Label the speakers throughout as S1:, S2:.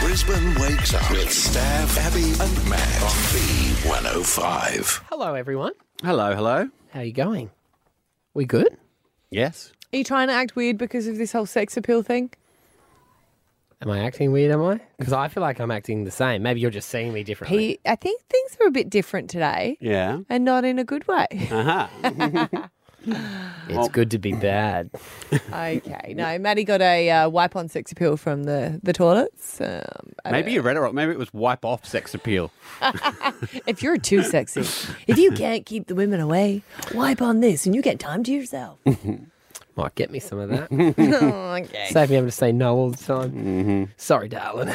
S1: Brisbane wakes up with Stav, Abby, and Matt on B105.
S2: Hello, everyone.
S3: Hello, hello.
S2: How you going? We good?
S3: Yes.
S4: Are you trying to act weird because of this whole sex appeal thing?
S2: Am I acting weird? Am I? Because I feel like I'm acting the same. Maybe you're just seeing me differently.
S4: He, I think things are a bit different today
S3: Yeah.
S4: and not in a good way.
S3: Uh huh.
S2: It's good to be bad.
S4: okay, no, Maddie got a uh, wipe on sex appeal from the, the toilets. Um, I
S3: Maybe you read it wrong. Maybe it was wipe off sex appeal.
S4: don't- if you're too sexy, if you can't keep the women away, wipe on this and you get time to yourself.
S2: Might get me some of that.
S4: Oh, okay.
S2: Save me having to say no all the time. Sorry, darling.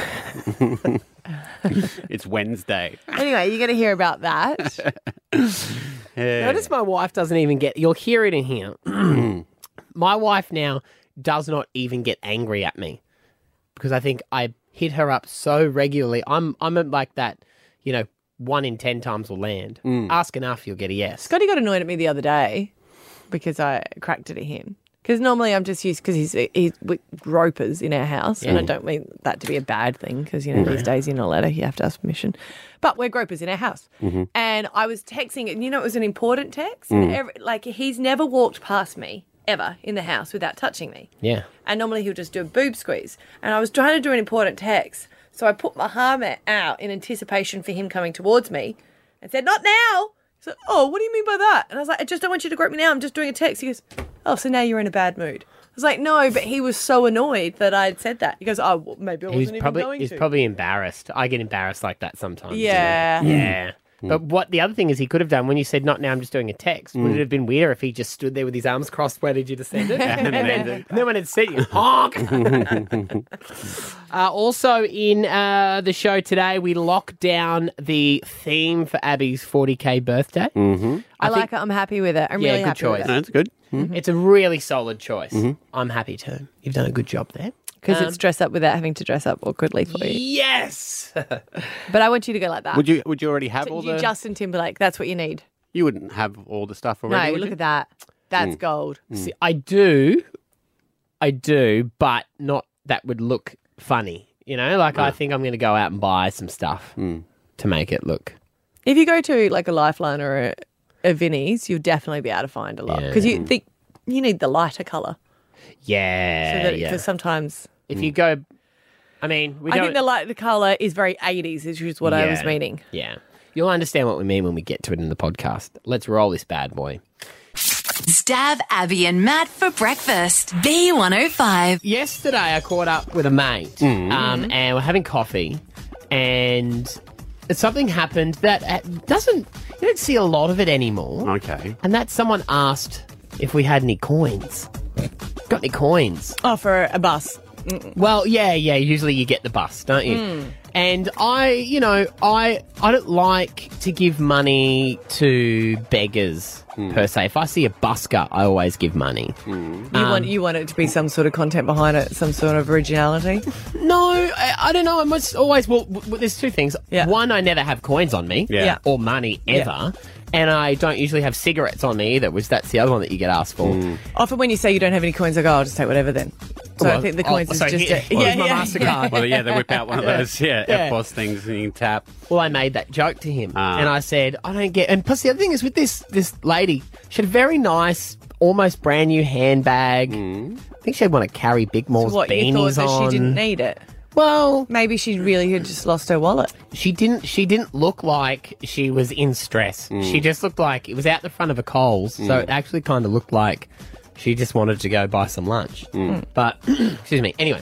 S3: It's Wednesday.
S4: anyway, you're going to hear about that.
S2: Notice my wife doesn't even get. You'll hear it in here. my wife now does not even get angry at me because I think I hit her up so regularly. I'm I'm at like that. You know, one in ten times will land. Ask enough, you'll get a yes.
S4: Scotty got annoyed at me the other day because I cracked it at him. Because normally I'm just used because he's he's with ropers in our house, and I don't mean that to be a bad thing. Because you know these days in a letter you have to ask permission, but we're gropers in our house. And I was texting, and you know it was an important text. And every, like he's never walked past me ever in the house without touching me.
S2: Yeah.
S4: And normally he'll just do a boob squeeze. And I was trying to do an important text, so I put my arm out in anticipation for him coming towards me and said, Not now. He said, Oh, what do you mean by that? And I was like, I just don't want you to grope me now. I'm just doing a text. He goes, Oh, so now you're in a bad mood. I was like, No, but he was so annoyed that I had said that. He goes, Oh, well, maybe I
S2: He's
S4: wasn't even
S2: probably
S4: going
S2: he's
S4: to.
S2: probably embarrassed. I get embarrassed like that sometimes. you know.
S4: yeah.
S2: Yeah. But what the other thing is, he could have done when you said, "Not now, I'm just doing a text." Would it have been weirder if he just stood there with his arms crossed, waited you to send it, and then no one had sent you? Honk. uh, also, in uh, the show today, we lock down the theme for Abby's 40k birthday.
S4: I, like it. I'm happy with it. I'm
S2: Yeah,
S4: really
S2: good
S4: happy
S2: choice.
S4: with it.
S3: No, it's good.
S2: It's a really solid choice. I'm happy too. You've done a good job there.
S4: Because it's dress up without having to dress up awkwardly for you.
S2: Yes.
S4: But I want you to go like that.
S3: Would you Would you already have all
S4: you
S3: the?
S4: Justin Timberlake, that's what you need.
S3: you wouldn't have all the stuff already.
S4: no,
S3: would
S4: look
S3: you?
S4: at that. That's gold.
S2: See, I do, I do, but not that would look funny. You know, like I think I'm going to go out and buy some stuff to make it look.
S4: If you go to like a Lifeline or a, a Vinnie's, you'll definitely be able to find a lot because you think you need the lighter color.
S2: Yeah,
S4: Because
S2: yeah. Hmm.
S4: sometimes
S2: If you go, I mean, we
S4: I
S2: don't.
S4: think the lighter color is very 80s, is just what I was
S2: Yeah.
S4: meaning.
S2: yeah, you'll understand what we mean when we get to it in the podcast. Let's roll this bad boy.
S5: Stab Abby and Matt for breakfast. B105.
S2: yesterday I caught up with a mate, um, and we're having coffee, and something happened that uh, doesn't you don't see a lot of it anymore.
S3: Okay.
S2: and that someone asked if we had any coins. Got any coins?
S4: Oh, for a bus.
S2: Well, yeah, yeah. Usually you get the bus, don't you? And I, you know, I I don't like to give money to beggars per se. If I see a busker, I always give money.
S4: You
S2: Um.
S4: want you want it to be some sort of content behind it, some sort of originality.
S2: No, I, I don't know. I must always. Well, w- w- there's two things.
S4: Yeah.
S2: One, I never have coins on me.
S3: Yeah. Yeah.
S2: Or money ever. And I don't usually have cigarettes on me either, which that's the other one that you get asked for.
S3: Mm.
S4: Often when you say you don't have any coins, I go, I'll just take whatever then. So I
S2: Well,
S4: think the
S2: oh,
S4: coins is
S2: so
S4: just
S2: here-
S4: a,
S2: well, here's my Mastercard.
S3: Well, yeah, they whip out one of those, yeah,
S2: Yeah.
S3: FBOS things and you can tap.
S2: Well, I made that joke to him,
S3: Ah.
S2: and I said, "I don't get." And plus, the other thing is with this this lady, she had a very nice, almost brand new handbag.
S3: Mm.
S2: I think she had one of Carrie Bigmore's
S4: What you
S2: beanies
S4: thought that
S2: on.
S4: she didn't need it?
S2: well,
S4: Maybe she really had just lost her wallet.
S2: she didn't. She didn't look like she was in stress. She just looked like it was out the front of a Coles, so it actually kind of looked like she just wanted to go buy some lunch. But excuse me. Anyway,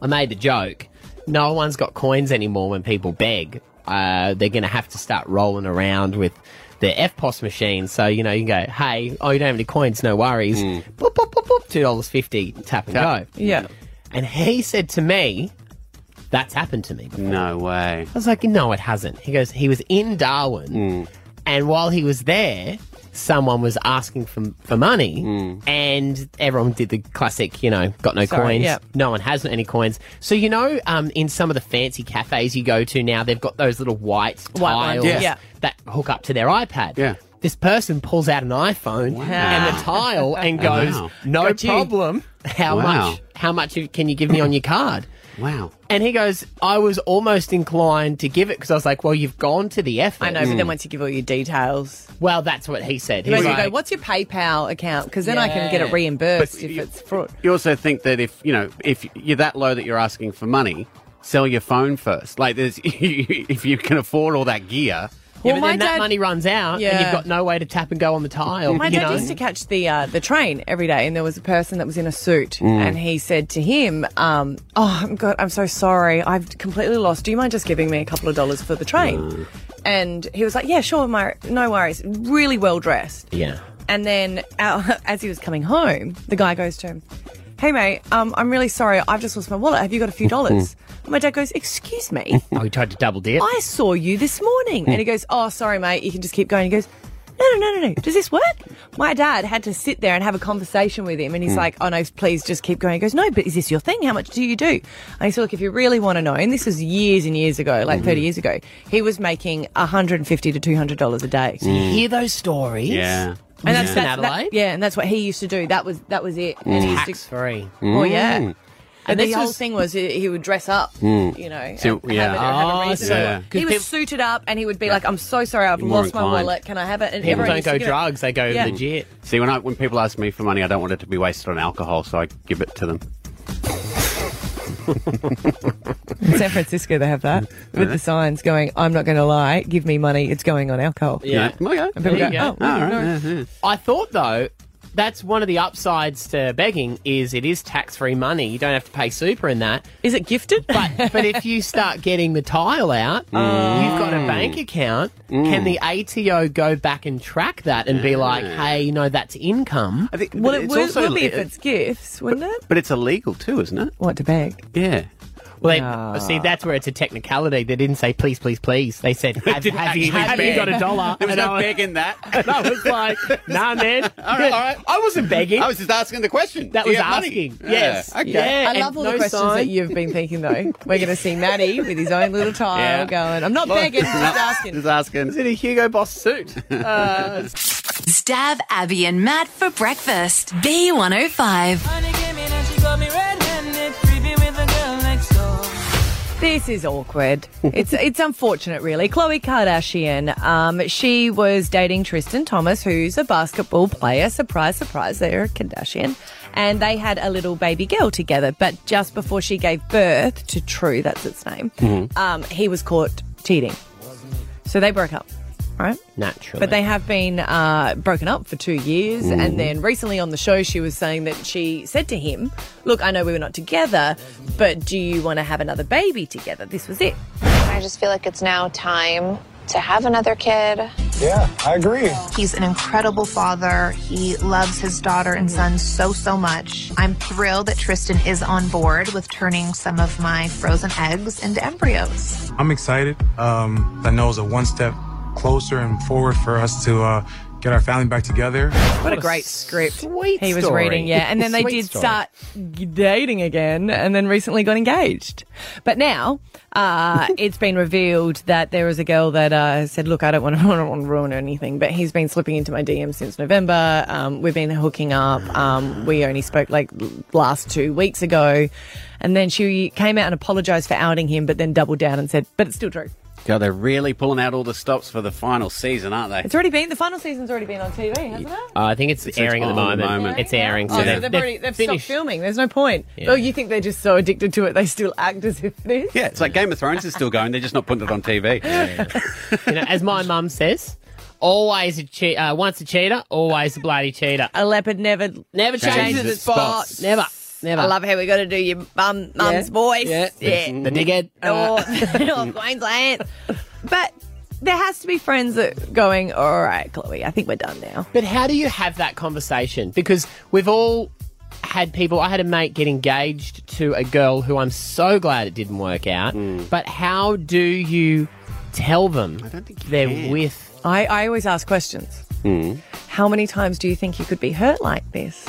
S2: I made the joke. No one's got coins anymore when people beg. Uh, they're going to have to start rolling around with their FPOS machine. So, you know, you can go, hey, oh, you don't have any coins, no worries. Boop, boop, boop, boop, $2.50, tap and go.
S4: Yeah.
S2: And he said to me, that's happened to me before.
S3: No way.
S2: I was like, no, it hasn't. He goes, he was in Darwin,
S3: Hmm.
S2: and while he was there, someone was asking for, for money,
S3: Hmm.
S2: and everyone did the classic, you know, got no
S4: Sorry,
S2: coins.
S4: yep.
S2: No one has any coins. So, you know, um, in some of the fancy cafes you go to now, they've got those little white,
S4: White ones,
S2: tiles
S4: yeah. Yeah.
S2: that hook up to their iPad.
S3: Yeah.
S2: This person pulls out an iPhone and the tile and goes,
S3: Wow.
S2: no
S4: Got you.
S2: problem. how
S3: Wow.
S2: much how much can you give me on your card?
S3: Wow.
S2: And he goes, I was almost inclined to give it because I was like, well, you've gone to the effort.
S4: I know, but then once you give all your details,
S2: Well, that's what he said. He
S4: you
S2: was
S4: go,
S2: like-
S4: what's your PayPal account? Because then I can get it
S2: Yeah.
S4: reimbursed
S3: But
S4: if
S3: you-
S4: it's fraud.
S3: You also think that if you know if you're that low that you're asking for money, sell your phone first. Like there's if you can afford all that gear.
S2: Yeah,
S4: Well,
S2: but
S4: my
S2: then that
S4: dad-
S2: money runs out, and
S4: Yeah.
S2: you've got no way to tap and go on the tile.
S4: My
S2: you
S4: dad
S2: know? Mm.
S4: used to catch the uh, the train every day, and there was a person that was in a suit,
S2: Mm.
S4: and he said to him, um, "Oh, I'm God, I'm so sorry. I've completely lost. Do you mind just giving me a couple of dollars for the train?"
S2: Mm.
S4: And he was like, "Yeah, sure, my no worries." Really well dressed.
S2: yeah.
S4: And then uh, as he was coming home, the guy goes to him, "Hey mate, um, I'm really sorry. I've just lost my wallet. Have you got a few dollars?" And my dad goes, "Excuse me."
S2: Oh, he tried to double dip.
S4: I saw you this morning.
S2: Hmm.
S4: And he goes, Oh, sorry, mate. You can just keep going. He goes, No, no, no, no, no. Does this work? My dad had to sit there and have a conversation with him. And he's
S2: Hmm.
S4: like, Oh, no, please just keep going. He goes, No, but is this your thing? How much do you do? And he said, Look, if you really want to know, and this was years and years ago,
S2: Hmm.
S4: like 30 years ago, he was making $150 to $200 a day.
S2: You Mm. hear those stories.
S3: Yeah.
S2: And that's in
S4: That-
S2: Hmm. Adelaide.
S4: yeah, and that's what he used to do. That was that was it. And he used to-
S2: Tax free.
S4: Oh yeah. And,
S2: this
S4: the whole
S2: was-
S4: thing was he, he would dress up, you know.
S3: So,
S4: and
S3: yeah.
S4: Have a, have a
S2: Oh,
S4: reason.
S2: so-
S3: Yeah.
S4: He
S2: 'cause
S4: was
S2: peop-
S4: suited up and he would be like, I'm so sorry, I've
S3: More
S4: lost my
S3: inclined.
S4: wallet. Can I have it? And
S2: People
S4: everyone
S2: don't
S4: used to
S2: go
S4: do it.
S2: drugs; they go
S4: Yeah.
S2: legit.
S3: See, when I when people ask me for money, I don't want it to be wasted on alcohol, so I give it to them.
S4: In San Francisco, they have that with the signs going, I'm not going to lie, give me money, it's going on alcohol.
S2: Yeah.
S3: You know, okay.
S4: People
S2: There
S4: go,
S2: you go.
S4: oh, no,
S3: All right,
S4: no."
S3: yeah, yeah.
S2: I thought though, that's one of the upsides to begging is it is tax free money. You don't have to pay super in that.
S4: Is it gifted?
S2: But but if you start getting the tile out,
S3: Mm.
S2: you've got a bank account. Can the ATO go back and track that and be like, hey, you know, that's income?
S3: I think,
S4: well,
S3: but
S4: it
S3: it's
S4: would,
S3: also-
S4: would be if it's gifts, wouldn't it?
S3: but it's illegal too, isn't it?
S4: What to beg?
S3: Yeah.
S2: Well, they, see, that's where it's a technicality. They didn't say please, please, please. They said, have,
S3: didn't
S2: have you,
S3: actually
S2: have you
S3: beg.
S2: got a dollar?
S3: There was
S2: And I
S3: no
S2: was-
S3: begging that.
S2: and I was like, nah, man.
S3: All right, all right.
S2: I wasn't begging.
S3: I was just asking the question.
S2: that
S3: Do
S2: was
S3: you have money?
S2: asking.
S3: Yeah.
S2: Yes.
S3: Okay.
S2: Yeah,
S4: I
S2: and
S4: love all the
S2: no
S4: questions that
S2: sign.
S4: you've been thinking, though. We're going to see Maddie with his own little tile
S3: Yeah.
S4: going, I'm not begging, just asking.
S3: Just asking.
S2: in a Hugo Boss suit. Uh,
S5: Stab Abby and Matt for breakfast. B105.
S6: Honey came in and she got me red-handed, creepy with the girl next door.
S4: This is awkward. It's it's unfortunate, really. Khloe Kardashian. Um, she was dating Tristan Thomas, who's a basketball player. Surprise, surprise, they're a Kardashian, and they had a little baby girl together. But just before she gave birth to True, that's its name, um, he was caught cheating, so they broke up. Right.
S2: Naturally.
S4: But they have been uh, broken up for two years. And then recently on the show, she was saying that she said to him, Look, I know we were not together, but do you want to have another baby together? This was it.
S7: I just feel like it's now time to have another kid.
S8: Yeah, I agree.
S9: He's an incredible father. He loves his daughter and son so, so much. I'm thrilled that Tristan is on board with turning some of my frozen eggs into embryos.
S10: I'm excited. Um, I know it's a one step closer and forward for us to uh, get our family back together.
S4: What a great script.
S2: sweet
S4: he was
S2: story.
S4: reading, yeah. And then they
S2: Sweet
S4: did
S2: story.
S4: start dating again and then recently got engaged. But now uh, it's been revealed that there was a girl that uh, said, Look, I don't want to, I don't want to ruin anything, but he's been slipping into my DM since November. Um, we've been hooking up. Um, we only spoke like l- last two weeks ago. And then she came out and apologized for outing him, but then doubled down and said, But it's still true.
S3: God, they're really pulling out all the stops for the final season, aren't they?
S4: It's already been, the final season's already been on TV, hasn't it?
S2: Uh, I think it's, airing at the
S3: on at
S2: moment.
S3: the moment.
S2: It's airing.
S4: Oh,
S2: so
S4: they've,
S2: they've,
S4: already they've stopped
S2: finished.
S4: filming. There's no point. Oh, you think they're just so addicted to it they still act as if it is?
S3: Yeah, it's like Game of Thrones is still going. They're just not putting it on TV.
S2: You know, as my mum says, always a che- uh, once a cheater, always a bloody cheater.
S4: A leopard never
S2: Never changes,
S4: changes
S2: the
S4: its
S2: its
S4: spot.
S2: spots. Never, never.
S4: I love how we got to do your bum, mum's voice.
S2: Yeah,
S4: yeah.
S3: Mm-hmm.
S4: Oh.
S2: the Uh, dighead.
S4: Or, or Queensland. But there has to be friends that going, all right, Chloe, I think we're done now.
S2: But how do you have that conversation? Because we've all had people. I had a mate get engaged to a girl who I'm so glad it didn't work out. But how do you tell them I
S3: Mm. don't think you
S2: they're
S3: can.
S2: with?
S4: I, I always ask questions.
S2: Hmm.
S4: How many times do you think you could be hurt like this?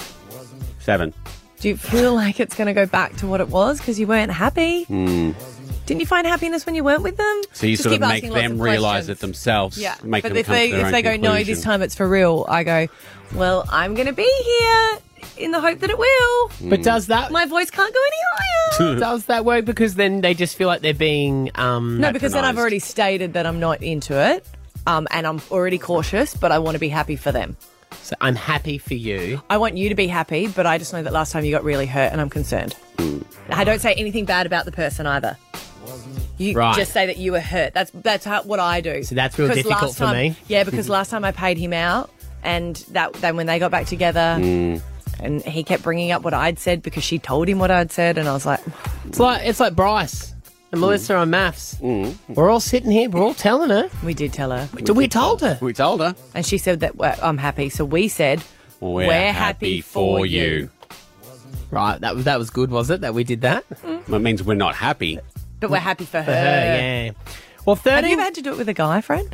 S3: Seven.
S4: Do you feel like it's going to go back to what it was because you weren't happy? Didn't you find happiness when you weren't with them?
S3: Hmm. So you
S4: Just
S3: sort
S4: keep
S3: of make
S4: asking lots
S3: them
S4: of
S3: realise
S4: questions.
S3: it themselves.
S4: Yeah,
S3: Make
S4: but
S3: them
S4: if
S3: come
S4: they
S3: to their
S4: if
S3: own
S4: they go no,
S3: conclusion.
S4: this time it's for real. I go, well, I'm going to be here in the hope that it will.
S3: Mm.
S2: But does that
S4: My voice can't go any higher.
S2: does that work? Because then they just feel like they're being um,
S4: No, because then I've
S3: Patronised.
S4: already stated that I'm not into it. Um, and I'm already cautious, but I want to be happy for them.
S2: so I'm happy for you.
S4: I want you to be happy, but I just know that last time you got really hurt and I'm concerned. I don't say anything bad about the person either. You
S2: Right.
S4: just say that you were hurt. That's that's how, what I do. So
S2: that's real difficult for me.
S4: Yeah, because last time I paid him out, and that then when they got back together,
S2: Mm.
S4: and he kept bringing up what I'd said because she told him what I'd said, and I was like,
S2: It's like it's like Bryce
S3: Mm.
S2: and Melissa on maths. We're all sitting here. We're all telling her.
S4: "We did tell her,"
S2: We, we told her.
S3: We told her.
S4: and she said that well, I'm happy. So we said,
S3: We're,
S4: happy for you.
S2: Right. That was that was good, was it? That we did that. For
S3: That means we're not happy.
S4: "But we're happy for her."
S2: her, yeah. Well,
S4: Have you
S2: thirteen.
S4: ever had to do it with a guy friend?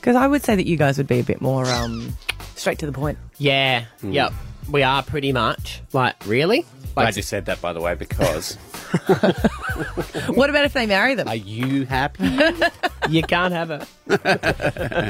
S4: Because I would say that you guys would be a bit more um, straight to the point.
S2: yeah. Yep. We are pretty much like really. Like,
S3: Glad you said that, by the way, because
S4: What about if they marry them?
S3: are you happy?
S2: you can't have it.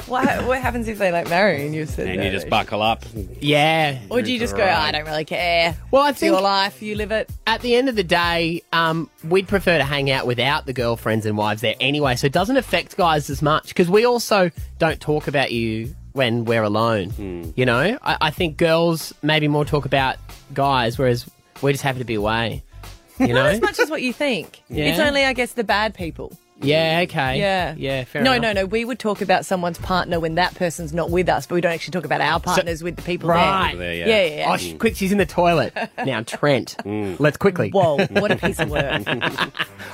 S4: What, ha- what happens if they like marry and you said
S3: And
S4: no?
S3: you just buckle up.
S2: Yeah.
S4: Or do you just go, "Oh, I don't really care.
S2: Well, I
S4: it's your
S2: think-
S4: life, you live it.
S2: At the end of the day, um, we'd prefer to hang out without the girlfriends and wives there anyway, so it doesn't affect guys as much because we also don't talk about you when we're alone. You know, I, I think girls maybe more talk about guys, whereas we're just happy to be away. You
S4: Not
S2: know?
S4: as much as what you think.
S2: Yeah.
S4: It's only, I guess, the bad people.
S2: yeah. Okay.
S4: Yeah.
S2: Yeah. Fair
S4: no,
S2: enough.
S4: no, no. We would talk about someone's partner when that person's not with us, but we don't actually talk about our partners with the people
S2: Right.
S3: There,
S4: there.
S3: yeah.
S4: Yeah, yeah, yeah.
S2: Oh, sh- quick! She's in the toilet now. Trent, let's quickly.
S4: Whoa, what a piece of work.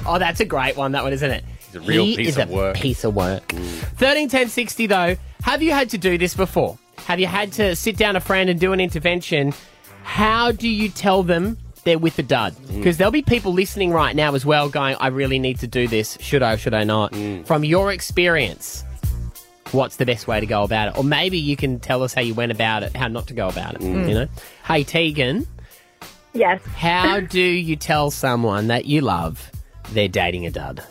S2: Oh, that's a great one. That one, isn't it? It's
S3: a real
S2: he
S3: piece
S2: is
S3: of
S2: a
S3: work. Mm.
S2: Piece of work. Thirteen ten sixty though. Have you had to do this before? Have you had to sit down a friend and do an intervention? How do you tell them they're with the dud?
S3: Mm.
S2: Because there'll be people listening right now as well, going, "I really need to do this. Should I? Should I not?"
S3: Mm.
S2: From your experience, what's the best way to go about it? Or maybe you can tell us how you went about it, how not to go about it.
S3: Mm.
S2: You know? Hey, Tegan.
S8: Yes.
S2: How do you tell someone that you love they're dating a dud?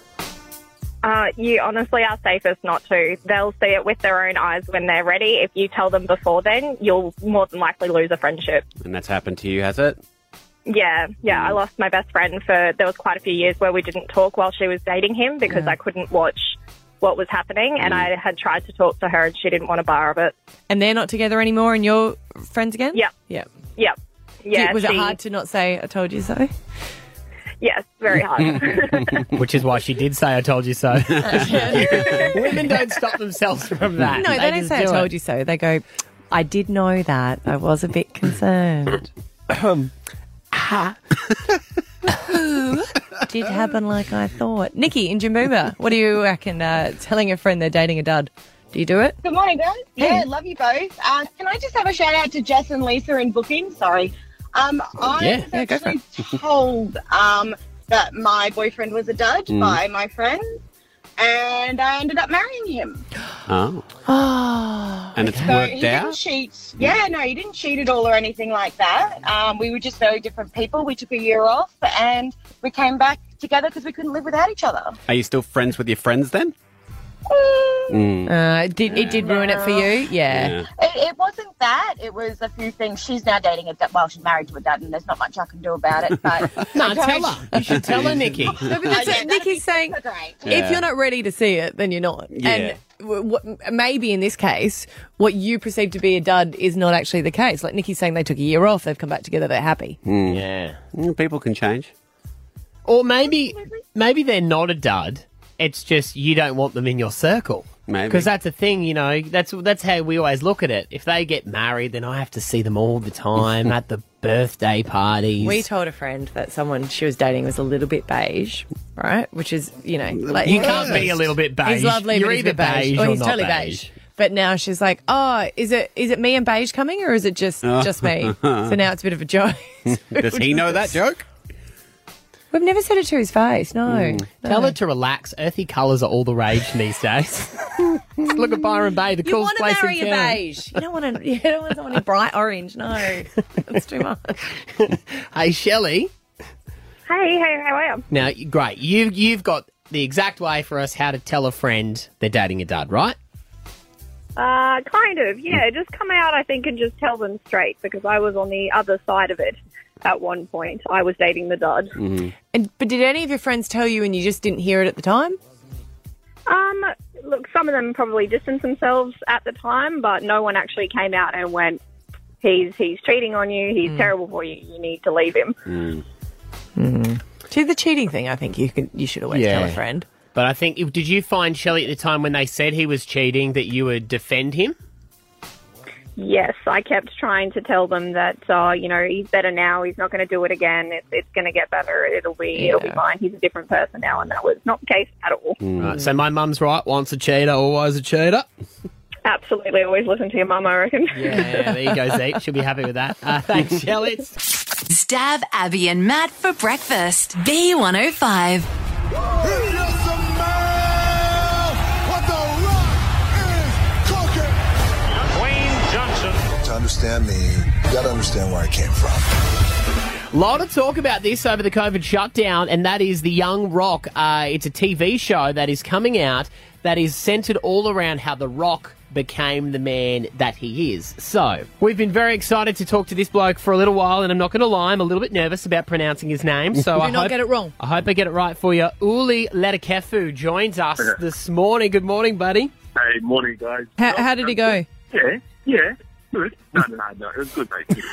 S8: Uh, you honestly are safest not to. They'll see it with their own eyes when they're ready. If you tell them before then, you'll more than likely lose a friendship.
S3: And that's happened to you, has it?
S8: Yeah, yeah. I lost my best friend for there was quite a few years where we didn't talk while she was dating him because I couldn't watch what was happening, and
S10: Mm.
S8: I had tried to talk to her and she didn't want a bar of it.
S4: and they're not together anymore and you're friends again?
S8: Yep.
S4: Yep.
S8: Yep. Yeah,
S4: Did- was it
S8: she-
S4: hard to not say, I told you so?
S8: Yes, very hard.
S2: Which is why she did say, I told you so. Women don't stop themselves from that.
S4: No, they, don't
S2: just
S4: say I
S2: do
S4: told
S2: it.
S4: you so. They go, I did know that. I was a bit concerned. Ah. did happen like I thought. Nikki in Jimboomba, what do you reckon? Uh, telling a friend they're dating a dud. Do you do it?
S8: Good morning, guys.
S4: Yeah, Hey.
S8: love you both. Uh, can I just have a shout out to Jess and Lisa in booking? Sorry. Um, I
S2: Yeah,
S8: was
S4: yeah, go for
S8: actually told um, that my boyfriend was a dud
S10: Mm.
S8: by my friend, and I ended up marrying him.
S3: Oh. and it's
S8: So
S3: worked
S8: he didn't
S3: out?
S8: cheat. Yeah, no, he didn't cheat at all or anything like that. Um, we were just very different people. We took a year off and we came back together because we couldn't live without each other.
S3: Are you still friends with your friends then? Mm.
S4: Uh, it did, It did ruin it for you? Yeah.
S8: It, it wasn't that. It was a few things. She's now dating a dad. Well, she's married to a dad, and there's not much I can do about it. But
S2: No, tell her. You should tell her, Nikki.
S4: No, but that's
S8: Yeah,
S4: it.
S8: that'd
S4: Nikki's saying,
S8: So great.
S4: if you're not ready to see it, then you're not.
S3: Yeah.
S4: And w- what, maybe in this case, what you perceive to be a dud is not actually the case. Like Nikki's saying, they took a year off, they've come back together, they're happy.
S2: yeah.
S3: Mm, People can change.
S2: Or maybe, maybe they're not a dud. It's just you don't want them in your circle.
S3: Maybe.
S2: Because that's a thing, you know. That's that's how we always look at it. If they get married, then I have to see them all the time at the birthday parties.
S4: We told a friend that someone she was dating was a little bit beige, right? Which is, you know, like
S2: You can't be a little bit beige.
S4: He's lovely,
S2: You're
S4: but he's a
S2: either
S4: bit beige,
S2: beige
S4: or
S2: or
S4: he's
S2: not
S4: totally
S2: beige.
S4: beige. But now she's like, oh, is it is it me and beige coming, or is it just just me? so now it's a bit of a joke.
S3: Does he know that joke?
S4: We've never said it to his face. No, no.
S2: Tell her to relax. Earthy colours are all the rage these days. Look at Byron Bay, the
S4: You
S2: coolest
S4: want to
S2: place
S4: marry a
S2: in town.
S4: beige. You don't want to. You don't want someone in bright orange. No, that's too much.
S2: Hey, Shelley.
S8: Hey, hey, how are you?
S2: Now, you- great. You you've got the exact way for us how to tell a friend they're dating a dud, right?
S8: Uh, kind of, yeah. Just come out, I think, and just tell them straight because I was on the other side of it at one point. I was dating the dud.
S4: And but did any of your friends tell you and you just didn't hear it at the time?
S8: Um, look, some of them probably distanced themselves at the time, but no one actually came out and went, "He's he's cheating on you. He's
S11: Hmm.
S8: terrible for you. You need to leave him."
S4: See the cheating thing, I think you can you should always tell a friend.
S2: But I think, did you find Shelley at the time when they said he was cheating that you would defend him?
S8: Yes, I kept trying to tell them that uh, you know he's better now. He's not going to do it again. It's it's going to get better. It'll be it'll be
S2: Yeah.
S8: fine. He's a different person now, and that was not the case at all.
S4: Mm.
S2: Right, so my mum's right. Once a cheater, always a cheater.
S8: Absolutely, always listen to your mum. I reckon.
S2: Yeah, there you go, Zeke. She'll be happy with that. Uh, thanks, Shelley.
S5: Stab Abby and Matt for breakfast. B105.
S12: To understand me, you gotta understand where I came from.
S2: lot of talk about this over the COVID shutdown, and that is The Young Rock. Uh, it's a TV show that is coming out that is centered all around how The Rock became the man that he is. So, we've been very excited to talk to this bloke for a little while, and I'm not going to lie, I'm a little bit nervous about pronouncing his name. So
S4: Do
S2: I
S4: not
S2: hope-
S4: get it wrong.
S2: I hope I get it right for you. Uli Letakefu joins us this morning. Good morning, buddy.
S11: Hey, morning, guys.
S4: How, how did he go?
S11: Yeah, yeah, good. No, no, no, it was good, mate.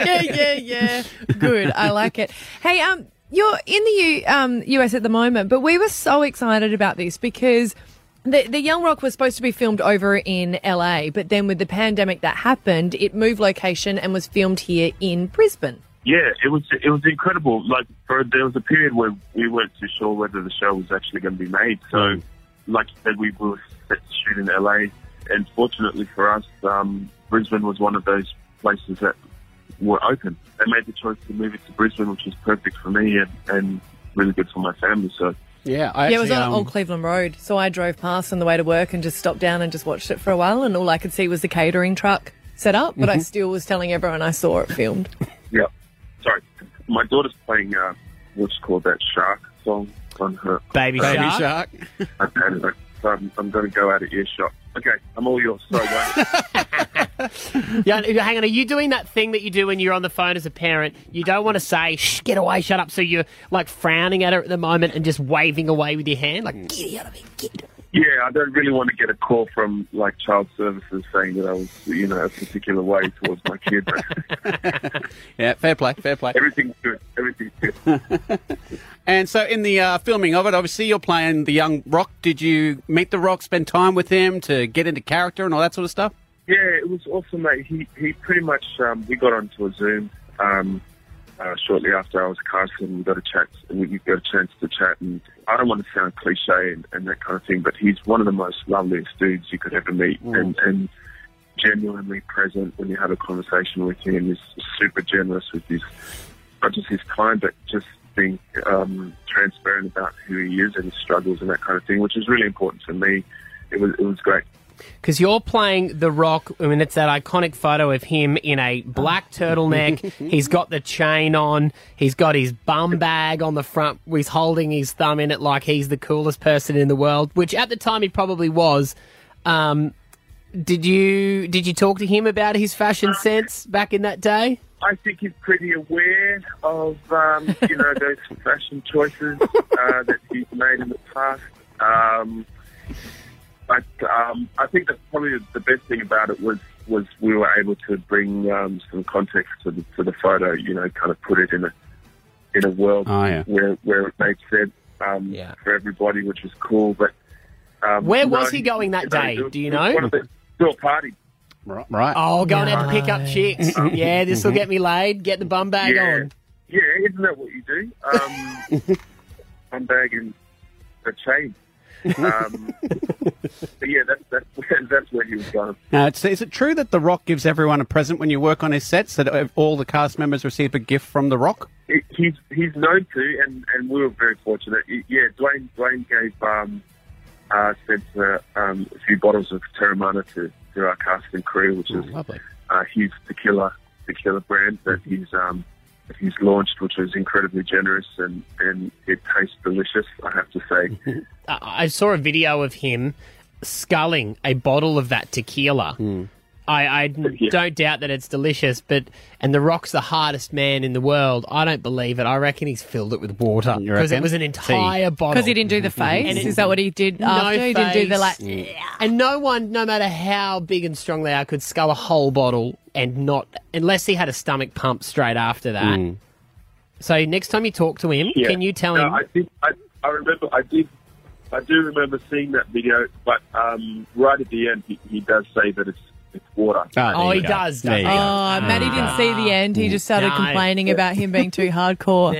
S4: yeah, yeah, yeah. Good. I like it. Hey, um, you're in the U- um, US at the moment, but we were so excited about this because the, the Young Rock was supposed to be filmed over in LA, but then with the pandemic that happened, it moved location and was filmed here in Brisbane.
S11: Yeah, it was it was incredible. Like for there was a period where we weren't too sure whether the show was actually going to be made. So, like you said, we were set to shoot in LA, and fortunately for us, um, Brisbane was one of those places that were open. They made the choice to move it to Brisbane, which was perfect for me and, and really good for my family. So,
S2: Yeah,
S4: yeah, it was on
S2: um,
S3: um,
S4: Old Cleveland Road, so I drove past on the way to work and just stopped down and just watched it for a while, and all I could see was the catering truck set up, but I
S2: Mm-hmm.
S11: Mhm.
S4: still was telling everyone I saw it filmed.
S11: yeah. Sorry, my daughter's playing uh, what's called that shark song on her
S2: Baby, Shark.
S11: Okay, so I'm, um, I'm going to go out of earshot. Okay, I'm all yours. uh, Sorry, guys.
S2: yeah, hang on. Are you doing that thing that you do when you're on the phone as a parent? You don't want to say "shh, get away, shut up," so you're like frowning at her at the moment and just waving away with your hand, like "Get out of here, kid."
S11: yeah, I don't really want to get a call from like child services saying that I was, you know, a particular way towards my kid.
S3: Yeah, fair play, fair play.
S11: Everything's good. Everything's good.
S3: And so, in the uh, filming of it, obviously you're playing the young Rock. Did you meet the Rock, spend time with him to get into character and all that sort of stuff?
S11: Yeah, it was awesome, mate. He he pretty much um, we got onto a Zoom um, uh, shortly after I was casting. We got a chat. We, we got a chance to chat, and I don't want to sound cliche and, and that kind of thing, but he's one of the most loveliest dudes you could ever meet,
S13: Mm.
S11: and and genuinely present when you have a conversation with him. He's super generous with his not just his time, but just being um, transparent about who he is and his struggles and that kind of thing, which is really important to me. It was it was great.
S2: Because you're playing The Rock. I mean, it's that iconic photo of him in a black turtleneck. he's got the chain on. He's got his bum bag on the front. He's holding his thumb in it like he's the coolest person in the world, which at the time he probably was. Um, did you did you talk to him about his fashion sense back in that day?
S11: I think he's pretty aware of um, you know those fashion choices uh, that he's made in the past. Um, but um, I think that probably the best thing about it was was we were able to bring um, some context to the to the photo. You know, kind of put it in a in a world
S3: Oh, yeah.
S11: where where it made sense um, for everybody, which was cool. But um,
S2: Where was
S11: no,
S2: he going that
S11: you know,
S2: day?
S11: it was-
S2: Do you
S11: it was
S2: know?
S11: one of the- To a party.
S3: Right. right.
S2: Oh, going out to pick up chicks.
S3: Mm-hmm.
S2: yeah, this will get me laid. Get the bum bag
S11: yeah.
S2: on.
S11: Yeah, isn't that what you do? Um, I'm bagging a chain. Um, but yeah, that's, that's, that's where he was going.
S3: Now, it's, is it true that The Rock gives everyone a present when you work on his sets? That all the cast members receive a gift from The Rock?
S11: He- He's he's known to, and, and we were very fortunate. He- Yeah, Dwayne Dwayne gave um, uh, sent uh, um, a few bottles of Terramana to, to our casting crew, which is
S3: lovely.
S11: uh, his tequila tequila brand that he's um, that he's launched, which was incredibly generous and, and it tastes delicious. I have to say.
S2: I I saw a video of him sculling a bottle of that tequila.
S3: Hmm.
S2: I, I n- don't doubt that it's delicious, but and The Rock's the hardest man in the world. I don't believe it. I reckon he's filled it with water because it
S3: reckon?
S2: was an
S3: Tea.
S2: entire bottle.
S4: Because he didn't do the face?
S2: And it-
S4: Is that what he did
S2: No
S4: after? He didn't do the
S2: face.
S4: like.
S2: And no one, no matter how big and strong they are, could scull a whole bottle and not, unless he had a stomach pump straight after that. So next time you talk to him,
S11: Yeah.
S2: can you tell
S11: No,
S2: him?
S11: I did. I, I remember. I did. I do remember seeing that video, but um, right at the end, he, he does say that it's it's water.
S3: Ah.
S2: Oh, he does. doesn't he?
S4: Oh, Maddie didn't see the end. He just started
S2: No.
S4: complaining about him being too hardcore.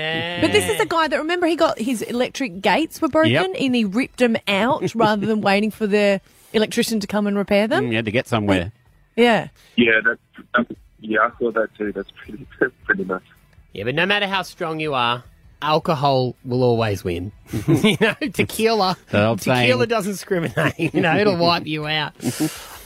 S4: But this is a guy that remember he got his electric gates were broken
S3: Yep.
S4: and he ripped them out rather than waiting for the electrician to come and repair them.
S3: Oh. You had to get somewhere.
S4: Yeah.
S11: Yeah, that's, that's yeah. I saw that too. That's pretty pretty much.
S2: Yeah, but no matter how strong you are, alcohol will always win. you know, tequila,
S3: That old
S2: tequila
S3: saying.
S2: doesn't discriminate. You know, it'll wipe you out.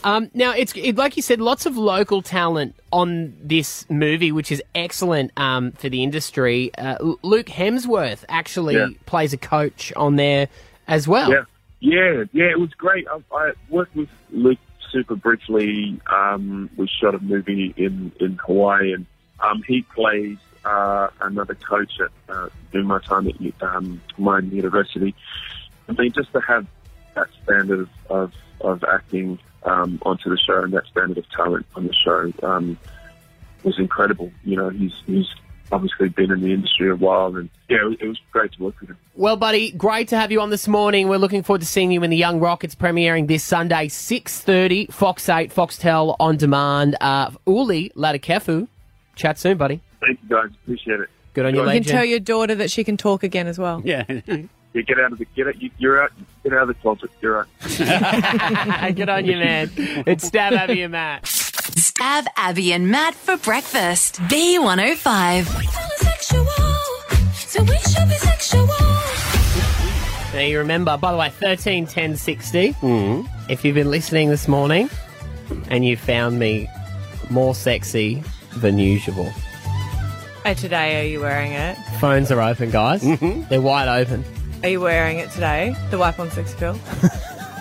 S2: Um, now, it's it, like you said, lots of local talent on this movie, which is excellent um, for the industry. Uh, L- Luke Hemsworth actually
S11: Yeah.
S2: plays a coach on there as well.
S11: Yeah, yeah, yeah. It was great. I, I worked with Luke super briefly. Um, we shot a movie in in Hawaii, and um, he plays uh, another coach at uh, during my time at U- um, my university. I mean, just to have that standard of of, of acting um, onto the show and that standard of talent on the show um, was incredible. You know, he's he's obviously been in the industry a while, and yeah, it was, it was great to work with him.
S2: Well, buddy, great to have you on this morning. We're looking forward to seeing you in the Young Rockets premiering this Sunday, six thirty, Fox Eight, Foxtel on demand. Uh, Uli Ladakefu, chat soon, buddy.
S11: Thank you guys, appreciate it.
S2: Good on you,
S4: You can
S2: legend.
S4: tell your daughter that she can talk again as well.
S3: Yeah.
S11: Yeah, get out of the get out. You, you're out. Get out of the closet. You're out.
S2: Good on you, man. It's Stab Abby and Matt.
S5: Stab Abby and Matt for breakfast. B105.
S6: So we should be sexual.
S2: Now you remember, by the way, thirteen ten sixty.
S4: Mm-hmm.
S2: If you've been listening this morning, and you found me more sexy than usual.
S4: Hey, today, are you wearing it?
S2: Phones are open, guys.
S4: Mm-hmm.
S2: They're wide open.
S4: Are you wearing it today? The wipe on sex appeal?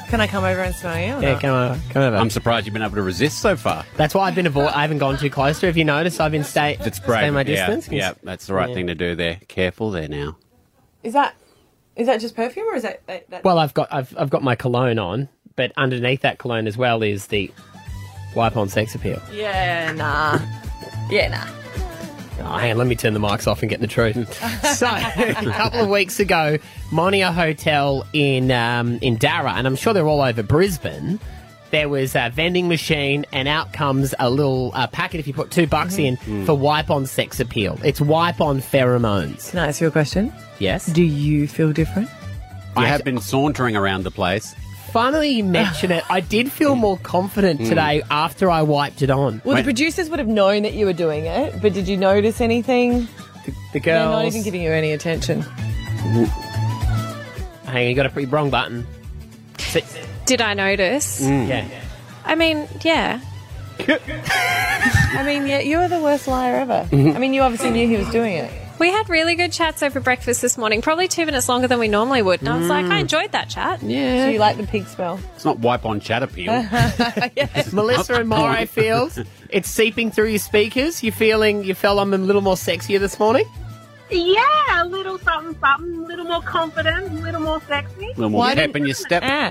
S4: can I come over and smell you? or
S2: Yeah,
S4: not?
S2: come over. Come over.
S3: I'm surprised you've been able to resist so far.
S2: That's why I've been avoid. I haven't gone too close to. If you notice, I've been stay.
S3: It's brave.
S2: Stay my
S3: yeah,
S2: distance.
S3: Yeah, that's the right
S2: Yeah.
S3: thing to do there. Careful there now.
S4: Is that is that just perfume or is that, that, that
S2: Well, I've got I've I've got my cologne on, but underneath that cologne as well is the wipe on sex appeal.
S4: Yeah, nah. Yeah, nah.
S2: Oh, hang on, let me turn the mics off and get the truth. so, a couple of weeks ago, Monia Hotel in um, in Darra, and I'm sure they're all over Brisbane. There was a vending machine, and out comes a little uh, packet. If you put two bucks in for wipe on sex appeal, it's wipe on pheromones.
S4: Can I ask you a question?
S2: Yes.
S4: Do you feel different?
S3: I have been sauntering around the place.
S2: Funnily you mention it, I did feel more confident
S3: Mm.
S2: today after I wiped it on.
S4: Well, the producers would have known that you were doing it, but did you notice anything?
S2: The
S4: They're not
S2: girls-
S4: even giving you any attention.
S2: Hang on, you got a pretty wrong button. Sit-
S13: Did I notice?
S2: Yeah.
S13: I mean, yeah.
S4: I mean, yeah, you are the worst liar ever.
S2: Mm-hmm.
S4: I mean, you obviously knew he was doing it.
S13: We had really good chats over breakfast this morning, probably two minutes longer than we normally would. And I was like,
S14: Mm.
S13: I enjoyed that chat.
S3: Yeah.
S4: Do you like the pig smell?
S3: It's not wipe on chat appeal.
S2: Melissa and Morey feels it's seeping through your speakers. You feeling you felt I'm a little more sexier this morning?
S15: Yeah, a little something, something, a little more confident, a little more sexy.
S4: Yeah.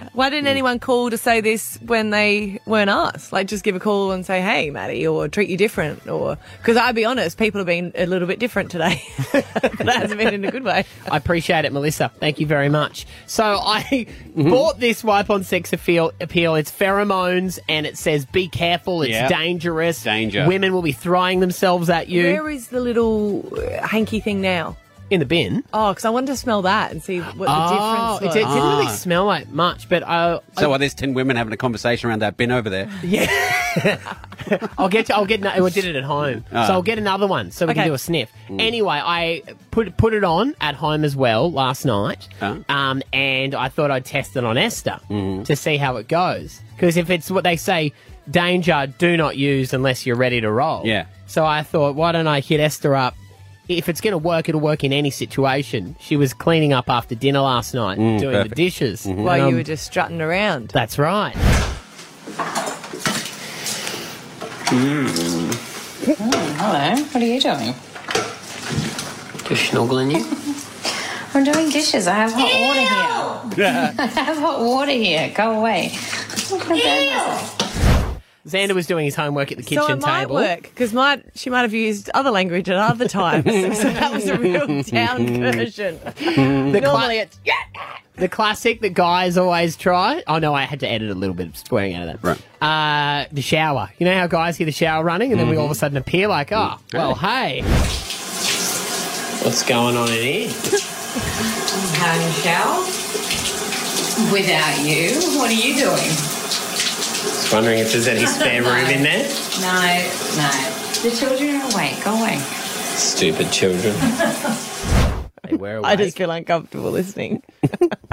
S4: Ah, Why didn't anyone call to say this when they weren't asked? Like, just give a call and say, "Hey, Maddie," or treat you different, or because I'll be honest, people have been a little bit different today. that hasn't been in a good way.
S2: I appreciate it, Melissa. Thank you very much. So I bought this wipe on sex appeal. appeal. It's pheromones, and it says be careful. It's
S3: Yeah.
S2: dangerous.
S3: Danger.
S2: Women will be throwing themselves at you.
S4: Where is the little uh, hanky thing now?
S2: In the bin.
S4: Oh, because I wanted to smell that and see what the
S2: Oh,
S4: difference was.
S2: it did- didn't really
S3: Ah.
S2: smell like much, but I,
S3: So are there's ten women having a conversation around that bin over there?
S2: I'll get to, I'll get. No, I did it at home,
S3: Ah.
S2: so I'll get another one so we
S3: Okay.
S2: can do a sniff.
S3: Mm.
S2: Anyway, I put put it on at home as well last night,
S3: Ah.
S2: um, and I thought I'd test it on Esther
S3: Mm.
S2: to see how it goes. Because if it's what they say, danger, do not use unless you're ready to roll.
S3: Yeah.
S2: So I thought, why don't I hit Esther up if it's going to work, it'll work in any situation. She was cleaning up after dinner last night,
S4: Mm,
S2: doing the
S4: perfect.
S2: dishes.
S3: Mm-hmm.
S4: While
S2: Um,
S4: you were just strutting around.
S2: That's right.
S14: hello. What are you doing?
S2: Just snuggling you.
S14: I'm doing dishes. I have hot water here. I have hot water here. Go away. I'm gonna burn myself.
S2: Xander was doing his homework at the kitchen
S4: so it might
S2: table.
S4: work because might she might have used other language at other times. so that was a real down version.
S2: The
S4: Normally it's yeah.
S2: The classic that guys always try. Oh no, I had to edit a little bit of swearing out of that. Right. Mm-hmm. Uh, the shower. You know how guys hear the shower running and then we all of a sudden appear like, oh, well, hey. What's going on in here?
S14: I'm having a shower without you. What are you doing?
S2: Just wondering if there's any spare room in there.
S14: No, no. The children are awake. Go away.
S2: Stupid children. They were awake.
S4: I just feel uncomfortable listening.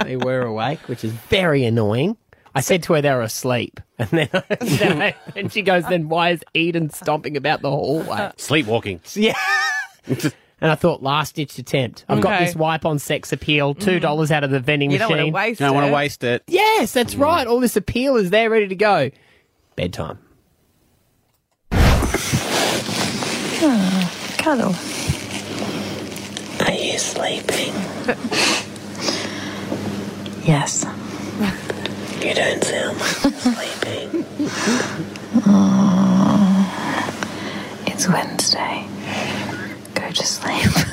S2: they were awake, which is very annoying. I said to her they were asleep, and then then I- and she goes, "Then why is Eden stomping about the hallway?"
S3: Sleepwalking.
S2: Yeah. And I thought, last ditch attempt. I've got
S3: Okay. Mm.
S2: this wipe on sex appeal, two dollars out of the vending
S3: You
S2: machine.
S3: don't wanna waste Don't wanna it. waste it.
S2: Yes,
S3: Mm.
S2: that's right. All this appeal is there, ready to go. Bedtime.
S14: Oh, cuddle.
S2: Are you sleeping?
S14: Yes.
S2: You don't sound sleeping.
S14: It's Wednesday. Go to sleep.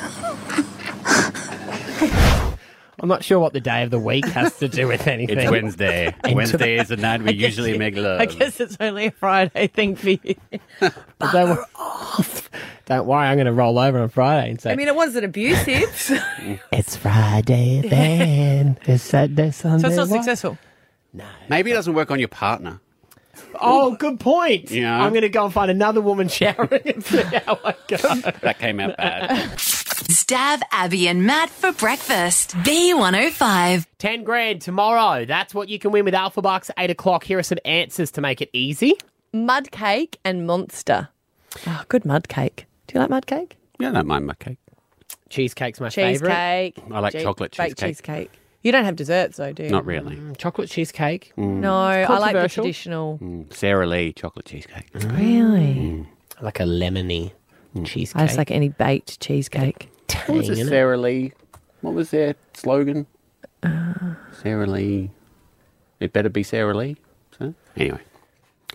S2: I'm not sure what the day of the week has to do with anything.
S3: It's Wednesday.
S2: And
S3: Wednesday
S2: to-
S3: is the night
S2: I
S3: we
S2: guess
S3: usually
S2: it-
S3: make
S4: I
S3: love.
S4: guess it's only a Friday thing for you.
S2: But they were off. Don't worry, I'm going to roll over on Friday and say,
S4: I mean, it wasn't abusive, so
S2: it's Friday then. it's Saturday, Sunday.
S4: it's not
S2: what?"
S4: successful.
S3: Maybe it doesn't work on your partner.
S2: Oh, good point.
S3: Yeah.
S2: I'm going to go and find another woman showering and see how I go.
S3: That came out bad.
S5: Stab Abby and Matt for breakfast. B105.
S2: 10 grand tomorrow. That's what you can win with Alpha Bucks, 8 o'clock. Here are some answers to make it easy.
S4: Mud cake and monster. Oh, good mud cake. Do you like mud cake?
S3: Yeah, I don't mind my cake.
S2: Cheesecake's my favourite.
S4: Cheesecake.
S3: I like
S4: che-
S3: chocolate
S4: baked
S3: cheesecake.
S4: cheesecake. You don't have desserts though, do you?
S3: Not really.
S2: chocolate cheesecake.
S4: No, I like the
S2: Controversial.
S4: traditional.
S3: Mm, Sara Lee chocolate cheesecake.
S4: Really?
S2: Like a lemony cheesecake.
S4: I just like any baked cheesecake.
S3: What was the Sarah Lee? What was their slogan? Sarah Lee. It better be Sarah Lee. So, anyway,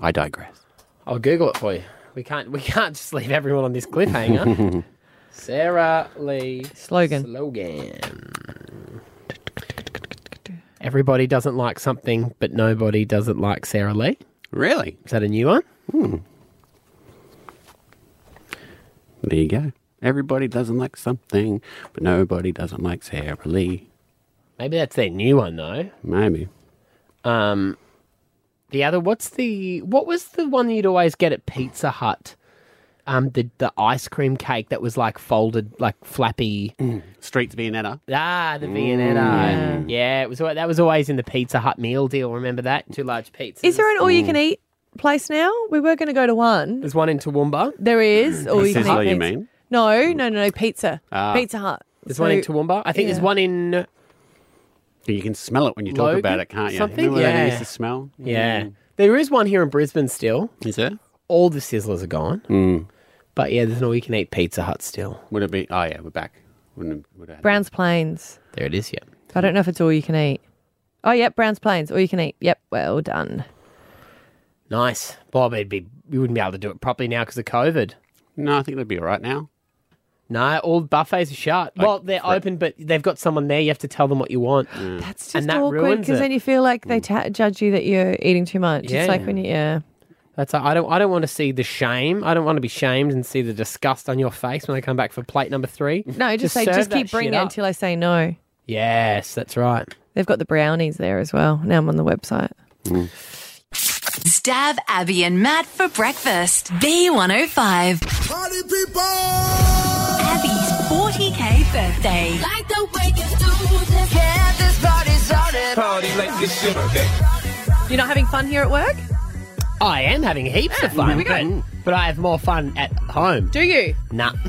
S3: I digress.
S2: I'll Google it for you. We can't, we can't just leave everyone on this cliffhanger. Sarah Lee slogan. Slogan. Everybody doesn't like something, but nobody doesn't like Sarah Lee.
S3: Really?
S2: Is that a new one?
S3: There you go. Everybody doesn't like something, but nobody doesn't like Sarah Lee.
S2: Maybe that's their new one though.
S3: Maybe.
S2: Um, the other, what's the what was the one you'd always get at Pizza Hut? Um, the the ice cream cake that was like folded, like flappy.
S3: Streets Viennetta.
S2: Ah, the Viennetta.
S4: Mm.
S2: Yeah. it was al- that was always in the Pizza Hut meal deal. Remember that? Two large pizzas.
S4: Is there an all you
S2: Mm.
S4: can eat place now? We were going to go to one.
S2: There's one in Toowoomba.
S4: There is all you can
S2: Sizzler,
S4: eat.
S2: you
S4: pizza.
S2: mean?
S4: No, no, no, no. Pizza.
S3: Ah.
S4: Pizza Hut.
S2: There's one in
S4: So-
S2: Toowoomba. I think there's
S4: yeah.
S2: one in
S3: You can smell it when you talk
S2: Logan?
S3: about it, can't you?
S2: Something?
S3: Remember when
S2: Yeah.
S3: it used to smell? Mm.
S2: Yeah. There is one here in Brisbane still.
S3: Is there?
S2: All the sizzlers are gone.
S3: Mm.
S2: But yeah, there's an all you can eat Pizza Hut still.
S3: Would it be? Oh yeah, we're back. Wouldn't it, would it,
S4: Brown's Plains.
S2: There it is, yeah.
S4: I don't know if it's all you can eat. Oh, yep, Brown's Plains. All you can eat. Yep, well done.
S2: Nice. Bob, it'd be, you wouldn't be able to do it properly now because of COVID.
S3: No, I think they'd be all right now.
S2: No, all buffets are shut. well, they're open, but they've got someone there. You have to tell them what you want.
S4: That's It's just awkward because then you feel like they ta- judge you that you're eating too much.
S2: Mm. Yeah.
S4: It's like when you, yeah.
S2: That's I don't I don't want to see the shame. I don't want to be shamed and see the disgust on your face when I come back for plate number three.
S4: No, just, say,
S2: serve
S4: just
S2: that
S4: keep bringing
S2: shit
S4: it
S2: up.
S4: until I say no.
S2: Yes, that's right.
S4: They've got the brownies there as well. Now I'm on the website.
S5: Stab Abby and Matt for breakfast. B105. Party people! Abby's 40k birthday.
S6: Like the way you do this. Get this party started.
S4: You're not having fun here at work?
S2: I am having heaps of
S4: Yeah,
S2: fun.
S4: there we go.
S2: Mm. But I have more fun at home.
S4: Do you?
S2: Nah.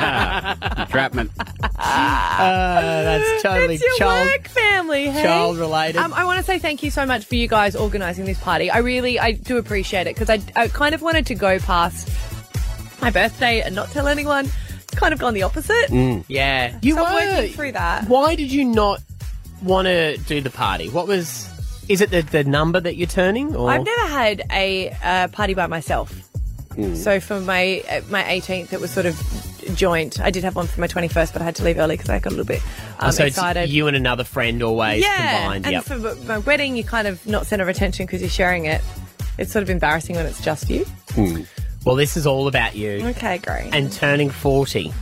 S3: Entrapment.
S2: Uh, that's totally
S4: It's your
S2: child.
S4: work family, hey?
S2: child related.
S4: Um, I want to say thank you so much for you guys organising this party. I really, I do appreciate it because I, I kind of wanted to go past my birthday and not tell anyone. It's kind of gone the opposite.
S2: Yeah. Mm. You
S4: so I'm
S2: were.
S4: working through that.
S2: Why did you not want to do the party? What was. Is it the, the number that you're turning? Or?
S4: I've never had a uh, party by myself.
S2: Mm.
S4: So for my uh, my 18th, it was sort of joint. I did have one for my 21st, but I had to leave early because I got a little bit um,
S2: Oh, so it's
S4: excited.
S2: you and another friend always
S4: yeah,
S2: combined.
S4: and
S2: yep.
S4: for m- my wedding, you're kind of not centre of attention because you're sharing it. It's sort of embarrassing when it's just you.
S2: Well, this is all about you.
S4: Okay, great.
S2: And turning 40.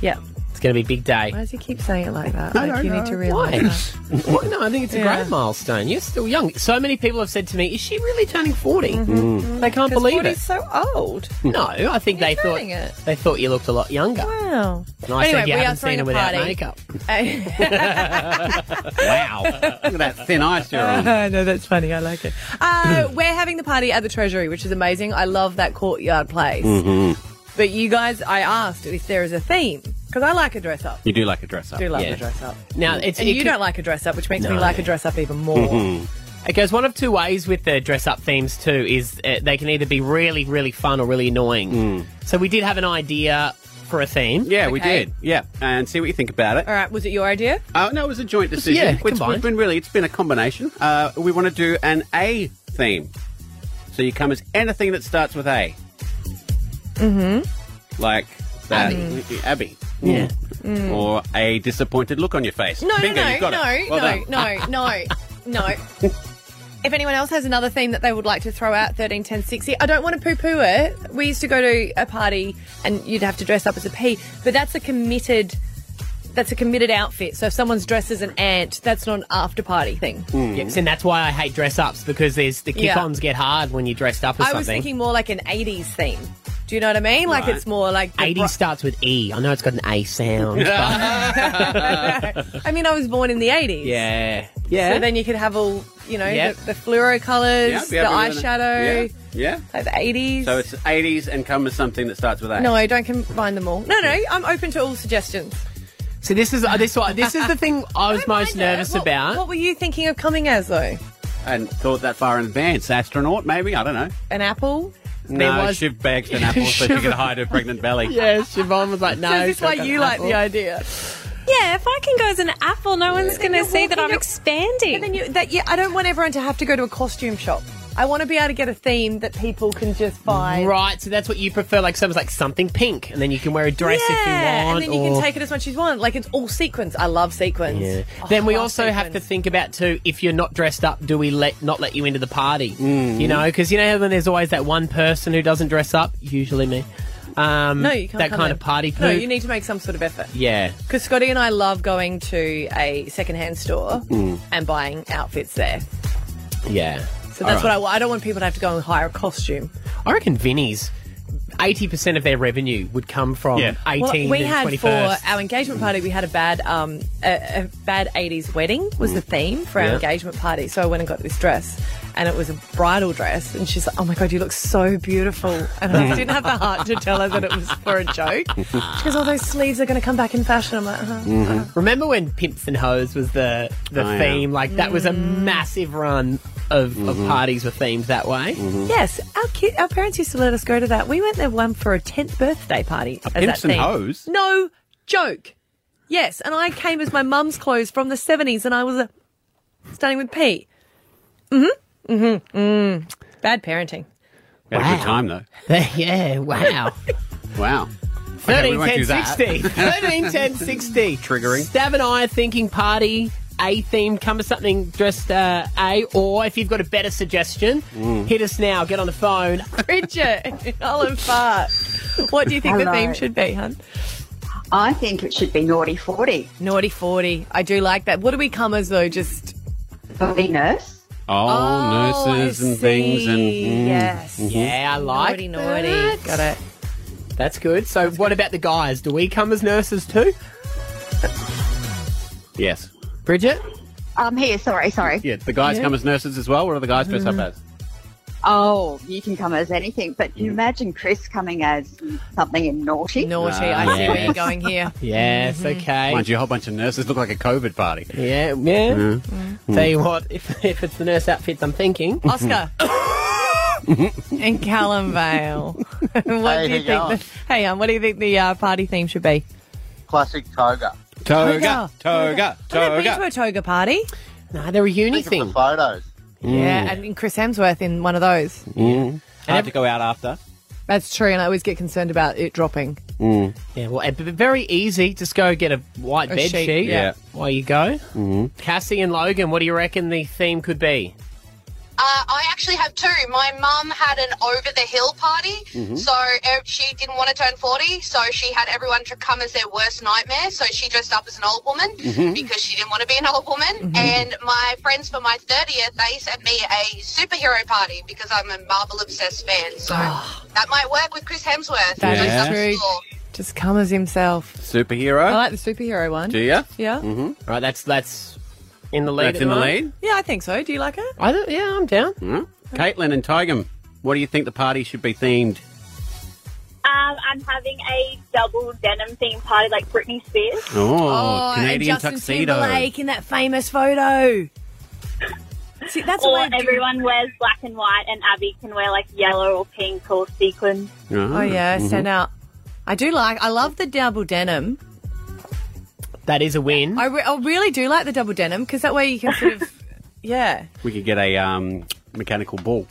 S4: yeah.
S2: It's going to be a big day.
S4: Why does he keep saying it like that?
S2: I
S4: like
S2: don't
S4: you
S2: know.
S4: need to
S2: Why?
S4: realise.
S2: Well, no, I think it's a
S4: Yeah.
S2: great milestone. You're still young. So many people have said to me, "Is she really turning 40?
S4: Mhm.
S2: They can't believe it. Hmm.
S4: so old.
S2: No, I think they thought
S4: turning it.
S2: they thought you looked a lot younger.
S4: Wow.
S2: And I
S4: Anyway,
S2: said you
S4: we are
S2: haven't seen
S4: throwing
S2: her
S4: a
S2: without
S4: party.
S2: makeup.
S3: Wow. Look at that thin ice you're on.
S4: no, that's funny. I like it. Uh, we're having the party at the Treasury, which is amazing. I love that courtyard place.
S2: Mm-hmm.
S4: But you guys, I asked if there is a theme because I like a dress up.
S3: You do like a dress up.
S4: do love a dress up.
S2: Now, it's-
S4: and
S2: it
S4: you
S2: could-
S4: don't like a dress up, which makes me
S2: No. Mm-hmm.
S4: like a dress up even more.
S2: It goes one of two ways with the dress up themes too. Is uh, they can either be really, really fun or really annoying.
S4: Mm.
S2: So we did have an idea for a theme.
S3: Yeah, we
S4: Okay.
S3: did. Yeah, and see what you think about it.
S4: All right, was it your idea?
S3: Uh, no, it was a joint decision.
S4: yeah,
S3: it's,
S4: combined.
S3: we've been really, it's been a combination. Uh, we want to do an A theme. So you come as anything that starts with A,
S4: Mm-hmm.
S3: like that.
S4: Abby.
S3: Abby.
S2: Yeah.
S4: Mm.
S3: Or a disappointed look on your face.
S4: No,
S3: Bingo,
S4: no,
S3: you've
S4: no,
S3: got
S4: no,
S3: it. Well done.
S4: no, no, no, no. If anyone else has another theme that they would like to throw out, thirteen ten sixty. I don't want to poo poo it. We used to go to a party and you'd have to dress up as a pea, but that's a committed. That's a committed outfit. So if someone's dressed as an ant, that's not an after party thing.
S3: Hmm.
S2: Yes, and that's why I hate dress ups because there's the
S4: Yeah.
S2: kick ons get hard when you're dressed up as
S4: I
S2: something.
S4: was thinking more like an eighties theme. Do you know what I mean? Like
S2: Right.
S4: it's more like the
S2: 80 starts with E. I know it's got an A sound.
S4: bro- I mean, I was born in the eighties.
S2: yeah.
S4: So then you could have all you know
S3: Yeah.
S4: the, the fluoro colours,
S3: Yeah,
S4: the
S3: be happy with it.
S4: eyeshadow,
S3: Yeah.
S4: like the eighties.
S3: yeah. So it's 80s and come as something that starts with A.
S4: No, don't combine them all. No, no, I'm open to all suggestions.
S2: So this is uh, this one- this is the thing I was most nervous
S4: What-
S2: about.
S4: What were you thinking of coming as though?
S3: And thought that far in advance. Astronaut, maybe? I don't know.
S4: An apple?
S3: no, Shiv bagged an apple so she
S2: Shiv-
S3: could hide her pregnant belly.
S2: yeah, Siobhan was like, no.
S4: So is this
S2: it's not
S4: why
S2: gonna
S4: you like
S2: happen.
S4: the idea?
S13: Yeah, if I can go as an apple, no one's going to
S4: you're
S13: see that
S4: walking
S13: I'm
S4: your-
S13: expanding.
S4: And then you, that yeah, I don't want everyone to have to go to a costume shop. I want to be able to get a theme that people can just buy.
S2: Right, so that's what you prefer. Like someone's like something pink, and then you can wear a dress
S4: Yeah,
S2: if you want.
S4: and then you
S2: or-
S4: can take it as much as you want. Like it's all sequins. I love sequins.
S2: Yeah.
S4: Oh,
S2: then we
S4: I love
S2: also have to think about too if you're not dressed up, do we let not let you into the party? You know, because you know how then there's always that one person who doesn't dress up, usually me. Um,
S4: No, you can't.
S2: that
S4: come
S2: kind
S4: in.
S2: of party poo.
S4: No, you need to make some sort of effort.
S2: yeah.
S4: Because Scotty and I love going to a secondhand store and buying outfits there.
S2: Yeah.
S4: So that's what I want. I don't want people to have to go and hire a costume.
S2: I reckon Vinnie's eighty percent of their revenue would come from eighteen
S4: we
S2: and
S4: had
S2: twenty
S4: for
S2: first.
S4: our engagement party, we had a bad, um, a, a bad '80s wedding was the theme for our
S2: Yeah.
S4: engagement party. So I went and got this dress, and it was a bridal dress. And she's like, "Oh my god, you look so beautiful!" And I didn't have the heart to tell her that it was for a joke. She goes, "All those sleeves are going to come back in fashion." I'm like, "Uh-huh."
S2: Remember when Pimps and Hoes was the the
S4: Oh, yeah.
S2: theme? Like that was a
S4: Mm.
S2: massive run of,
S3: Mm-hmm.
S2: of parties with themes that way.
S4: Yes, our kid, our parents used to let us go to that. We went there one for a tenth birthday party. as that
S3: Pimps and
S4: theme.
S3: Hoes?
S4: No joke. Yes, and I came as my mum's clothes from the seventies, and I was a, starting with P. Mm-hmm. Mm-hmm. Mm. Bad parenting.
S3: We had a good time, though.
S2: yeah. Wow.
S3: Wow. Mm-hmm. Okay, we
S2: Thirteen
S3: won't do
S2: ten
S3: that.
S2: sixty. Thirteen ten sixty.
S3: Triggering.
S2: Stav and I are thinking party a theme. Come to something dressed uh, a, or if you've got a better suggestion,
S4: Mm.
S2: hit us now. Get on the phone.
S4: Bridget, Olive Fart. What do you think the
S16: Hello.
S4: theme should be, hun?
S16: I think it should be naughty forty.
S4: Naughty forty. I do like that. What do we come as though? Just
S16: body nurse.
S3: All
S4: Oh, I
S3: nurses and things and
S4: see.
S3: mm,
S4: Yes.
S3: mhm.
S2: Yeah, I like
S4: Naughty, naughty.
S2: that.
S4: Got it.
S2: That's good. So, what about the guys? Do we come as nurses too?
S3: Yes.
S2: Bridget?
S16: I'm here. Sorry, sorry.
S3: Yeah, the guys
S16: Yeah.
S4: Mm.
S3: come as nurses as well. What are the guys dressed up as?
S16: Oh, you can come as anything, but can you imagine Chris coming as something in naughty.
S4: Naughty, I see where you're going here.
S2: Yes, okay.
S3: Mind you, a whole bunch of nurses look like a COVID party.
S2: Yeah, yeah. Tell you what, if, if it's the nurse outfits I'm thinking.
S4: Oscar. and Callum Vale.
S17: Hey,
S4: what do you
S17: how you
S4: think? The, hey, um, what do you think the uh, party theme should be?
S17: Classic toga.
S4: Toga,
S3: toga,
S4: I've never been to a toga party.
S2: No, they're a uni
S17: thing. photos.
S4: Yeah, and, and Chris Hemsworth in one of those.
S3: Mm. Hard to go out after.
S4: That's true, and I always get concerned about it dropping.
S3: Mm.
S2: Yeah, well, and b- very easy. Just go get a white
S4: A
S2: bed
S4: sheet,
S2: sheet.
S4: yeah. Yeah.
S2: While you go. Cassie and Logan, what do you reckon the theme could be?
S18: Uh, I actually have two. My mum had an over the hill party,
S2: Mhm.
S18: so er, she didn't want to turn 40, so she had everyone to come as their worst nightmare. So she dressed up as an old woman
S19: Mhm.
S18: because she didn't want to be an old woman.
S19: Mhm.
S18: And my friends for my 30th, they sent me a superhero party because I'm a Marvel obsessed fan. So that might work with Chris Hemsworth.
S4: That is
S18: Dressed up as
S4: true.
S18: Thor.
S4: Just come as himself.
S3: Superhero.
S4: I like the superhero one.
S3: Do ya?
S4: Yeah.
S2: Mm-hmm. Right, that's that's in the lead.
S3: That's
S2: at
S3: in the
S2: moment.
S3: lead.
S4: Yeah, I think so. Do you like it?
S2: I don't, yeah, I'm down.
S3: Mm. Caitlin and Tigam, what do you think the party should be themed?
S20: Um, I'm having a double denim themed party like Britney Spears.
S3: Oh,
S4: and
S3: Canadian
S4: Justin
S3: tuxedo.
S4: Timberlake in that famous photo. See, that's
S20: or
S4: why I do-
S20: everyone wears black and white, and Abby can wear like yellow or pink or sequins.
S4: Oh yeah,
S3: Mm-hmm.
S4: so now I do like. I love the double denim.
S2: That is a win.
S4: I, re- I really do like the double denim because that way you can sort of, yeah.
S3: We could get a um, mechanical ball.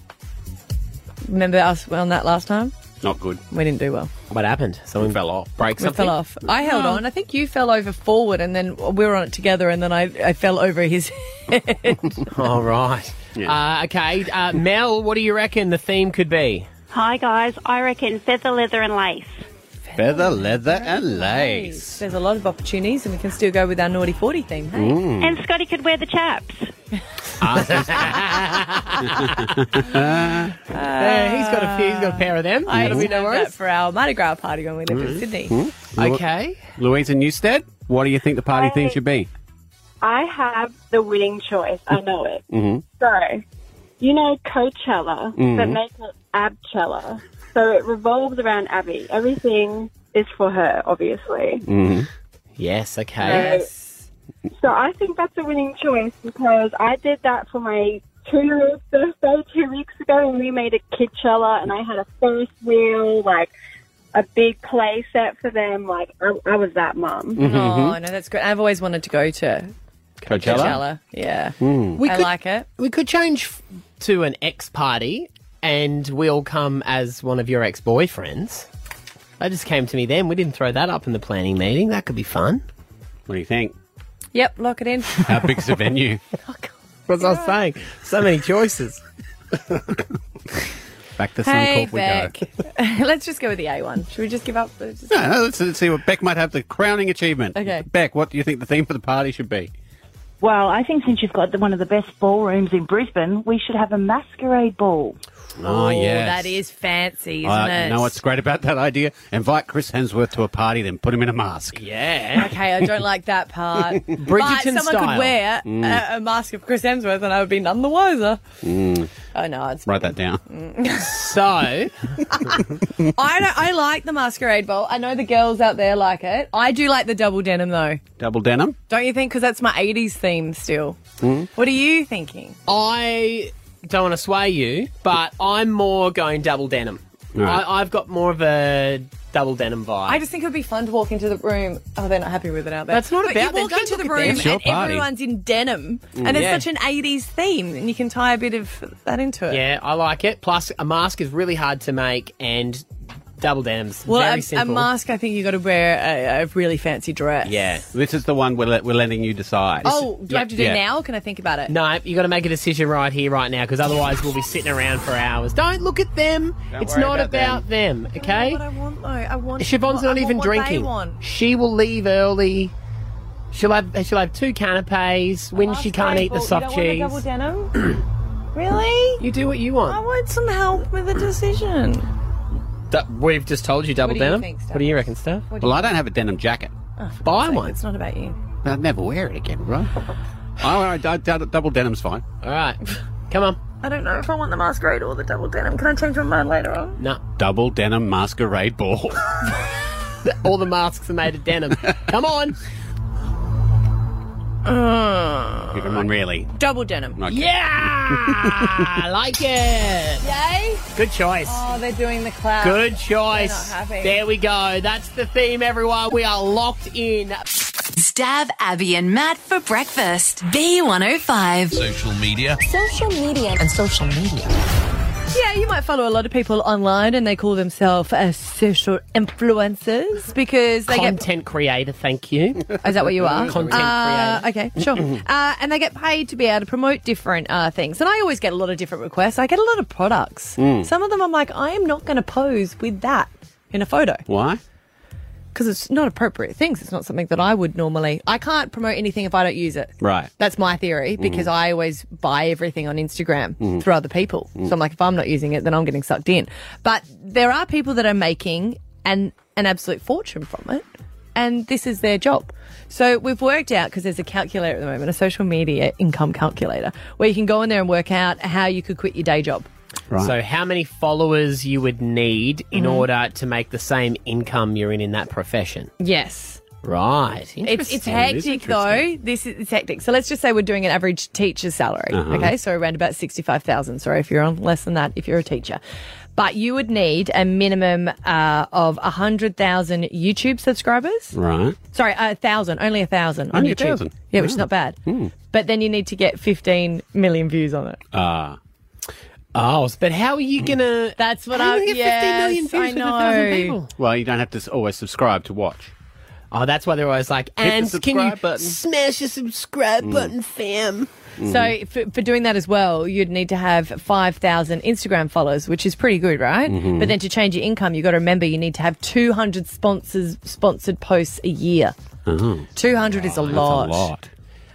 S4: Remember us on that last time?
S3: Not good.
S4: We didn't do well.
S2: What happened? Someone
S3: fell off.
S2: Break
S4: We
S2: something.
S4: fell off. I held on. I think you fell over forward, and then we were on it together, and then I, I fell over his head.
S2: All right. Uh, okay, uh, Mel, what do you reckon the theme could be?
S21: Hi guys, I reckon feather, leather, and lace.
S3: Feather, leather, and lace.
S4: There's a lot of opportunities, and we can still go with our naughty forty theme. Hey?
S11: Hmm.
S3: Mm.
S21: And Scotty could wear the chaps.
S4: Ah.
S2: Yeah, he's got a few, he's got a pair of them.
S4: I
S2: That'll be no
S4: observed
S2: worries.
S4: that for our Mardi Gras party when we lived in
S3: Mm.
S4: Sydney.
S3: Lu-
S4: Okay.
S3: Louise and Newstead, what do you think the party theme should be?
S15: I have the winning choice. I know it.
S3: Mm-hmm.
S15: So, you know Coachella, but
S3: Mhm.
S15: make it Abchella. So it revolves around Abby. Everything is for her, obviously.
S3: Mm-hmm.
S2: Yes, okay.
S15: So, so I think that's a winning choice because I did that for my two-year-old's birthday two weeks ago, and we made a Kidchella, and I had a Ferris wheel, like a big play set for them. Like I, I was that mum.
S4: Oh no, that's great. I've always wanted to go to
S3: Coachella?
S4: Coachella. Yeah,
S3: Mm.
S2: We
S4: I
S2: could-
S4: like it.
S2: We could change f- to an ex party and we'll come as one of your ex boyfriends. That just came to me then. We didn't throw that up in the planning meeting. That could be fun.
S3: What do you think?
S4: Yep, lock it in.
S3: How big's the venue?
S2: That's what I was saying. So many choices.
S3: Back to
S4: hey,
S3: Suncorp we
S4: Beck.
S3: go.
S4: Let's just go with the A one. Should we just give up? Let's just-
S3: No, no, let's, let's see what Beck might have the crowning achievement.
S4: Okay.
S3: Beck, what do you think the theme for the party should be?
S19: Well, I think since you've got the, one of the best ballrooms in Brisbane, we should have a masquerade ball.
S3: Oh, yes.
S4: that is fancy, isn't
S3: Uh,
S4: it?
S3: You know what's great about that idea? Invite Chris Hemsworth to a party, then put him in a mask.
S2: Yeah.
S4: Okay, I don't like that part. but
S3: Bridgerton
S4: someone could
S3: style.
S4: wear
S3: Mm.
S4: a, a mask of Chris Hemsworth, and I would be none the wiser.
S3: Mm.
S4: Oh no, it's
S3: Write that down.
S2: So,
S4: I don't, I like the masquerade ball. I know the girls out there like it. I do like the double denim though.
S3: Double denim.
S4: Don't you think? Because that's my 80s theme still.
S3: Mm.
S4: What are you thinking?
S2: I don't want to sway you, but I'm more going double denim.
S4: Right.
S2: I, I've got more of a double denim vibe.
S4: I just think it would be fun to walk into the room. Oh, they're not happy with it out there.
S2: That's not
S4: but
S2: about
S4: you
S2: them.
S4: walk
S2: Don't
S4: into the
S2: look at them.
S4: room
S2: It's your
S4: and
S2: party.
S4: everyone's in denim,
S2: Mm.
S4: and it's
S2: Yeah.
S4: such an 80s theme, and you can tie a bit of that into it.
S2: yeah, I like it. Plus, a mask is really hard to make, and double denims
S4: Well,
S2: very
S4: a, a
S2: simple.
S4: mask, I think you got to wear a, a really fancy dress.
S3: Yeah. This is the one we're, let, we're letting you decide.
S4: Oh, do I have to do
S2: Yeah.
S4: it now? Or can I think about it?
S2: No, you got to make a decision right here, right now, because otherwise we'll be sitting around for hours. Don't look at them.
S4: Don't
S2: it's
S4: worry
S2: not
S4: about
S2: about them, okay?
S4: What I want though, I want.
S2: Siobhan's
S4: I
S2: not
S4: want
S2: even
S4: what
S2: drinking.
S4: They want.
S2: She will leave early. She'll have she'll have two canapes when she can't eat the soft cheese.
S4: double denim. really?
S2: You do what you want.
S4: I want some help with the decision.
S2: Du- we've just told you double
S4: What do you
S2: denim.
S4: think, Steph?
S2: what do you reckon, Steph?
S4: What do
S3: Well,
S4: you
S3: I don't have a denim jacket.
S4: Oh, for
S2: Buy
S4: God's sake,
S2: one.
S4: It's not about you.
S3: I'd never wear it again, right? oh, all right, d- d- double denim's fine.
S2: All right. Come on.
S4: I don't know if I want the masquerade or the double denim. Can I change my mind later on?
S2: No.
S3: Double denim masquerade ball.
S2: All the masks are made of denim. Come on.
S3: Come on, really.
S4: double denim.
S3: Okay.
S2: Yeah! I like it.
S4: Yay!
S2: Good choice.
S4: Oh, they're doing the clap.
S2: Good choice.
S4: They're not happy.
S2: There we go. That's the theme, everyone. We are locked in.
S5: Stab Abby and Matt for breakfast. B105.
S1: Social media.
S5: Social media.
S1: And social media.
S4: Yeah, you might follow a lot of people online and they call themselves uh, social influencers because they get
S2: Content creator, thank you.
S4: Is that what you are?
S2: Content
S4: Uh,
S2: creator. Mm-hmm.
S4: Okay, sure. uh, and they get paid to be able to promote different uh, things. And I always get a lot of different requests. I get a lot of products.
S3: Mm.
S4: Some of them I'm like, I am not going to pose with that in a photo
S3: Why?
S4: because it's not appropriate things. It's not something that I would normally. I can't promote anything if I don't use it.
S3: Right.
S4: That's my theory because
S3: Mhm.
S4: I always buy everything on Instagram
S3: Mhm.
S4: through other people.
S3: Mm.
S4: So I'm like, if I'm not using it, then I'm getting sucked in. But there are people that are making an, an absolute fortune from it, and this is their job. So we've worked out because there's a calculator at the moment, a social media income calculator, where you can go in there and work out how you could quit your day job.
S2: So, how many followers you would need in
S4: Mhm.
S2: order to make the same income you're in in that profession?
S4: Yes.
S2: Right.
S4: It's, it's
S2: Interesting. It is
S4: hectic though.
S2: interesting.
S4: This is it's hectic. So let's just say we're doing an average teacher's salary.
S2: Uh-huh.
S4: Okay, so around about sixty-five thousand. Sorry, if you're on less than that, if you're a teacher, but you would need a minimum uh, of hundred thousand YouTube subscribers.
S3: Right.
S4: Sorry, a thousand, only a thousand on
S3: Only a
S4: YouTube.
S3: thousand.
S4: Yeah, which is
S3: Wow.
S4: not bad.
S3: Hmm.
S4: But then you need to get fifteen million views on it.
S2: Uh,
S3: Ah.
S2: oh, but how are you gonna?
S4: That's what
S2: How
S4: I.
S2: do you get 15 million
S4: yes,
S2: views
S4: I
S2: with a thousand
S4: know.
S2: people?
S3: Well, you don't have to s- always subscribe to watch.
S2: Oh, that's why they're always like,
S3: Hit
S2: and
S3: the
S2: can you
S3: subscribe button.
S2: smash the subscribe
S4: Mm.
S2: button, fam?
S4: So for, for doing that as well, you'd need to have 5,000 Instagram followers, which is pretty good, right?
S2: Mhm.
S4: But then to change your income, you've got to remember you need to have 200 sponsors sponsored posts a year.
S3: Oh.
S4: 200 is Uh-huh. a lot.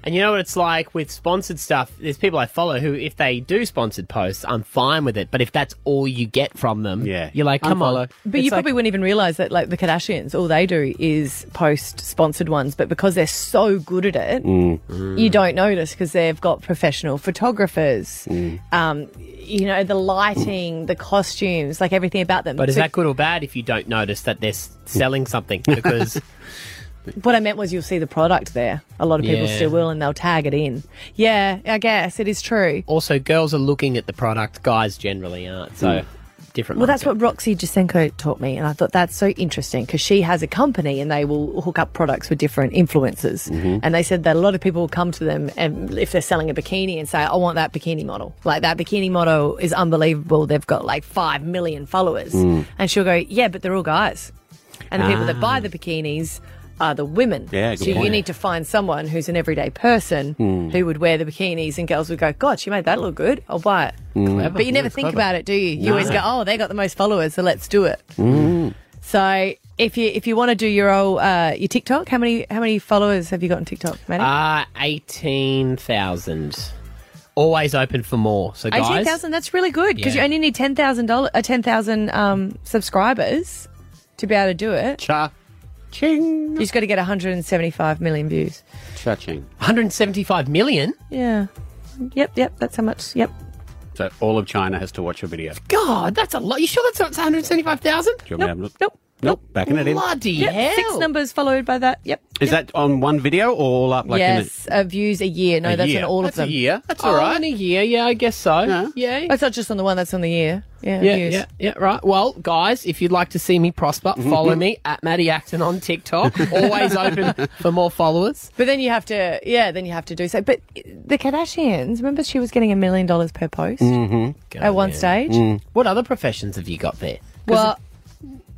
S2: And you know what it's like with sponsored stuff? There's people I follow who, if they do sponsored posts, I'm fine with it. But if that's all you get from them, yeah. you're like, come on.
S4: But you probably wouldn't even realize that, like the Kardashians, all they do is post sponsored ones. But because they're so good at it, you don't notice because they've got professional photographers. Um, you know, the lighting, the costumes, like everything about them.
S2: But is
S4: So-
S2: that good or bad if you don't notice that they're s- selling something? Because
S4: What I meant was you'll see the product there. A lot of people
S2: Yeah.
S4: still will, and they'll tag it in. Yeah, I guess it is true.
S2: also, girls are looking at the product, guys generally aren't. So,
S4: Mm.
S2: different.
S4: Well, that's what Roxy Jasenko taught me, and I thought that's so interesting because she has a company and they will hook up products with different influencers.
S3: Mm-hmm.
S4: And they said that a lot of people will come to them and if they're selling a bikini and say, "I want that bikini model." Like that bikini model is unbelievable. They've got like five million followers,
S3: Mm.
S4: and she'll go, "Yeah, but they're all guys." And the people that
S3: Ah.
S4: buy the bikinis are the women.
S3: Yeah, good
S4: so you
S3: point.
S4: need to find someone who's an everyday person
S3: Hmm.
S4: who would wear the bikinis, and girls would go, "God, she made that look good. I'll buy it."
S3: Mm.
S4: But you never think about it, do you? You
S3: No.
S4: always go, "Oh, they got the most followers, so let's do it."
S3: Mm.
S4: So if you if you want to do your old uh, your TikTok, how many how many followers have you got on TikTok, Maddie?
S2: Ah, 18,000. Always open for more. So, guys.
S4: Eighteen thousand. That's really good because
S2: Yeah.
S4: you only need ten thousand dollars, uh, ten thousand um, subscribers to be able to do it.
S3: Cha, ching.
S4: You just got to get one hundred and seventy five million views.
S3: Cha-ching.
S2: 175 million?
S4: Yeah. Yep. Yep. That's how much. Yep.
S3: So all of China has to watch a video. Do
S2: God, that's a lot. You sure that's not 175,000?
S3: you want me to have a look? Nope. Nope. Backing it in.
S2: Bloody
S4: Yep,
S2: hell.
S4: Six numbers followed by that. Yep.
S3: Is that on one video or all up like in
S4: yes, uh, views a year. No,
S3: A
S4: that's
S3: year.
S4: on all
S3: That's a
S4: of them.
S3: year. That's all Oh, right.
S2: in a year. Yeah, I guess so.
S4: Yeah.
S2: Yeah.
S4: That's not just on the one. That's on the year. Yeah.
S2: Yeah,
S4: views.
S2: yeah, yeah, right. Well, guys, if you'd like to see me prosper,
S3: Mm-hmm.
S2: follow me at Maddie Acton on TikTok. Always open for more followers.
S4: But then you have to, yeah, then you have to do so. But the Kardashians, remember she was getting a million dollars per post
S2: Mm-hmm.
S4: at one stage?
S3: Mm.
S2: What other professions have you got there? 'Cause
S4: Well,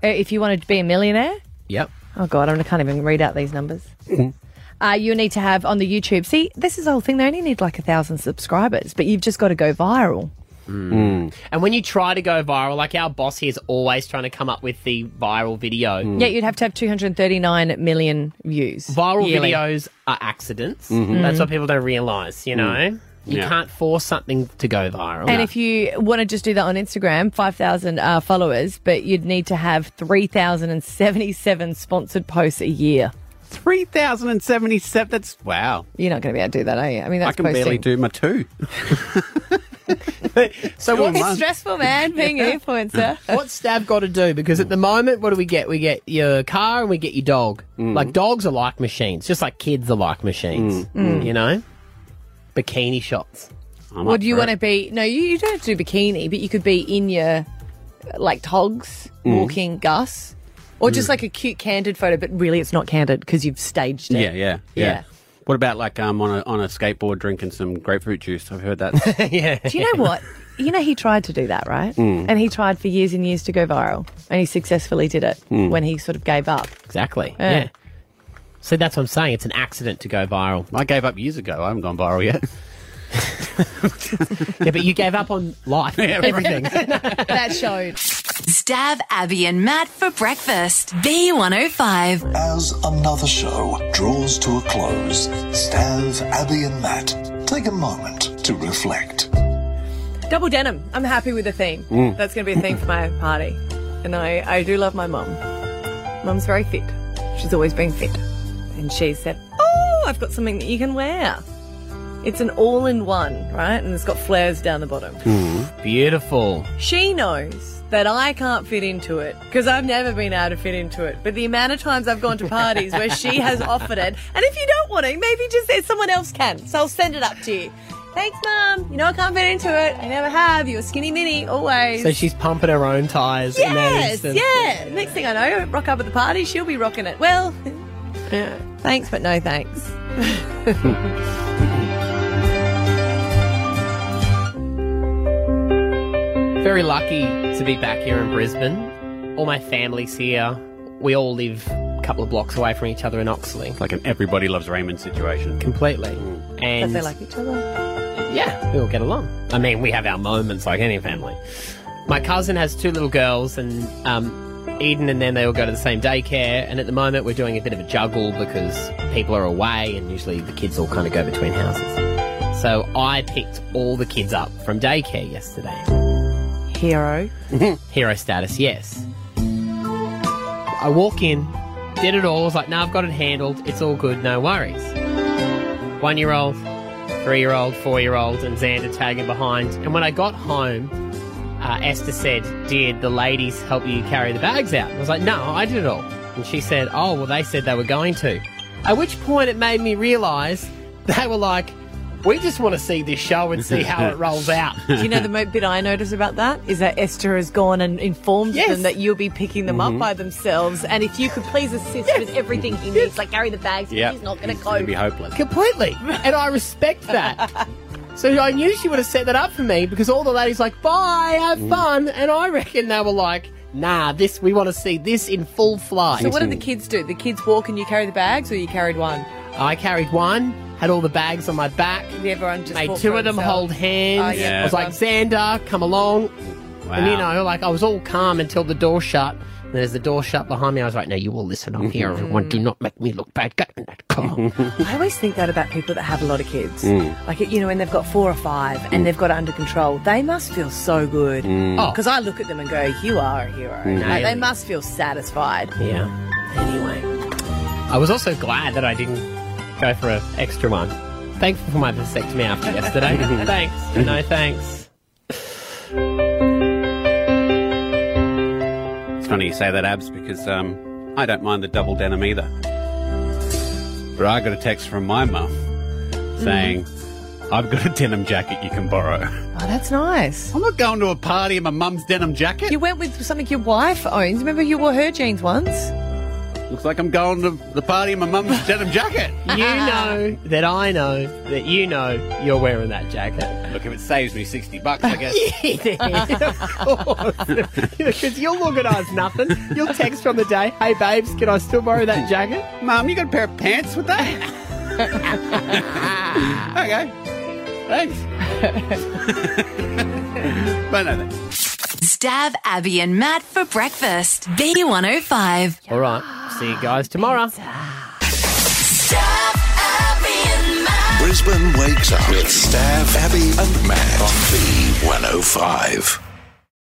S4: uh, if you want to be a millionaire,
S2: Yep.
S4: oh God, I can't even read out these numbers.
S3: Mm.
S4: Uh, you need to have on the YouTube. See, this is the whole thing. They only need like a thousand subscribers, but you've just got to go viral.
S2: And when you try to go viral, like our boss here is always trying to come up with the viral video.
S3: Mm.
S4: Yeah, you'd have to have 239 million views.
S2: viral
S4: yearly.
S2: videos are accidents.
S3: Mm-hmm.
S4: Mhm.
S2: That's what people don't realize,
S3: Mm.
S2: you know? You
S4: Yeah.
S2: can't force something to go viral.
S4: And if you want to just do that on Instagram, 5,000 uh, followers, but you'd need to have 3,077 sponsored posts a year.
S3: 3,077? That's wow.
S4: You're not going to be able to do that, are you? I mean, that's
S3: I can barely
S4: posting.
S3: do my two.
S2: so
S4: It's
S2: what?
S4: stressful, man, being an influencer.
S2: What's Stab got to do? Because at the moment, what do we get? We get your car and we get your dog. Like dogs are like machines, just like kids are like machines.
S4: Mm. Mm.
S2: You know, bikini shots.
S4: Or do you want to be? No, you, you don't have to do bikini, but you could be in your like togs
S2: Mm.
S4: walking Gus, or just
S3: Mm.
S4: like a cute candid photo, but really it's not candid because you've staged it.
S3: Yeah, yeah, yeah.
S4: Yeah.
S3: What about like um on a on a skateboard drinking some grapefruit juice? I've heard that.
S2: yeah.
S4: Do you know what? You know he tried to do that, right?
S3: Mm.
S4: And he tried for years and years to go viral, and he successfully did it
S2: Mm.
S4: when he sort of gave up.
S2: Exactly.
S4: Yeah.
S2: Yeah. So that's what I'm saying. It's an accident to go viral.
S3: I gave up years ago. I haven't gone viral yet.
S2: yeah, but you gave up on life. Everything.
S4: that showed.
S5: Mm. Stab Abby and Matt for breakfast. B105.
S12: As another show draws to a close, Stav, Abby, and Matt take a moment to reflect.
S4: Double denim. I'm happy with the theme.
S12: Mm.
S4: That's going to be a theme for my party. And I, I do love my mum. Mum's very fit. She's always been fit. And she said, Oh, I've got something that you can wear. It's an all in one, right? And it's got flares down the bottom.
S2: Beautiful.
S4: She knows that I can't fit into it because I've never been able to fit into it. But the amount of times I've gone to parties where she has offered it, and if you don't want it, maybe just there's someone else can. So I'll send it up to you. Thanks, Mum. You know I can't fit into it. I never have. You're skinny mini always.
S2: So she's pumping her own tires. in that
S4: yes,
S2: instance.
S4: yeah. Next thing I know, rock up at the party, she'll be rocking it. Well, thanks, but no thanks.
S2: Very lucky to be back here in Brisbane. All my family's here. We all live a couple of blocks away from each other in Oxley.
S3: Like an everybody loves Raymond situation.
S2: Completely.
S4: But
S2: And
S4: they like each other.
S2: Yeah. we all get along. I mean, we have our moments like any family. My cousin has two little girls, and um, Eden and them, they all go to the same daycare. And at the moment, we're doing a bit of a juggle because people are away, and usually the kids all kind of go between houses. So I picked all the kids up from daycare yesterday.
S4: Hero.
S2: Hero status, yes. I walk in, did it all. I was like, no, I've got it handled. It's all good, no worries. One year old, three year old, four year old, and Xander tagging behind. And when I got home, uh, Esther said, Did the ladies help you carry the bags out? I was like, No, I did it all. And she said, Oh, well, they said they were going to. At which point it made me realise they were like, We just want to see this show and see how it rolls out.
S4: Do you know the mo- bit I notice about that is that Esther has gone and informed them that you'll be picking them
S3: Mhm.
S4: up by themselves, and if you could please assist with everything he needs, like carry the bags,
S3: Yeah.
S4: he's not going to
S3: It'd
S4: cope.
S3: be hopeless.
S2: Completely. And I respect that. so I knew she would have set that up for me because all the ladies like, bye, have
S4: Mm.
S2: fun. And I reckon they were like, nah, this we want to see this in full flight.
S4: So what did the kids do? The kids walk and you carry the bags, or you carried one?
S2: I carried one, had all the bags on my back.
S4: Everyone just
S2: made
S4: walked
S2: two
S4: for
S2: of them
S4: themselves.
S2: hold hands.
S4: Oh, yeah,
S2: I was like, Xander, come along. And you
S3: Wow.
S2: know, like I was all calm until the door shut. And then as the door shut behind me, I was like, no, you all listen, I'm here, everyone.
S4: Mm.
S2: Do not make me look bad. Go in that car.
S4: I always think that about people that have a lot of kids.
S2: Mm.
S4: Like, you know, when they've got four or five and they've got it under control, they must feel so good.
S2: Mm. Oh.
S4: Because I look at them and go, you are a hero.
S2: Mm.
S4: Like, they
S2: Really?
S4: must feel satisfied.
S2: yeah. Anyway. I was also glad that I didn't go for an extra one. Thankful for my vasectomy after yesterday. thanks. but No thanks.
S3: It's funny you say that, Abs, because um, I don't mind the double denim either. But I got a text from my mum saying, I've got a denim jacket you can borrow.
S4: Oh, that's nice.
S3: I'm not going to a party in my mum's denim jacket.
S4: You went with something your wife owns. Remember you wore her jeans once?
S3: Looks like I'm going to the party in my mum's denim jacket.
S2: You know that I know that you know you're wearing that jacket.
S3: Look, if it saves me 60 bucks, I guess.
S2: Because you'll organise nothing. You'll text from the day, hey babes, can I still borrow that jacket?
S3: Mum, you got a pair of pants with that? okay. Thanks. but no, thanks.
S5: Stab Abby and Matt for breakfast. B105.
S2: All right. See you guys tomorrow.
S12: oh Brisbane wakes up with Stav, Abby, and Matt on B105.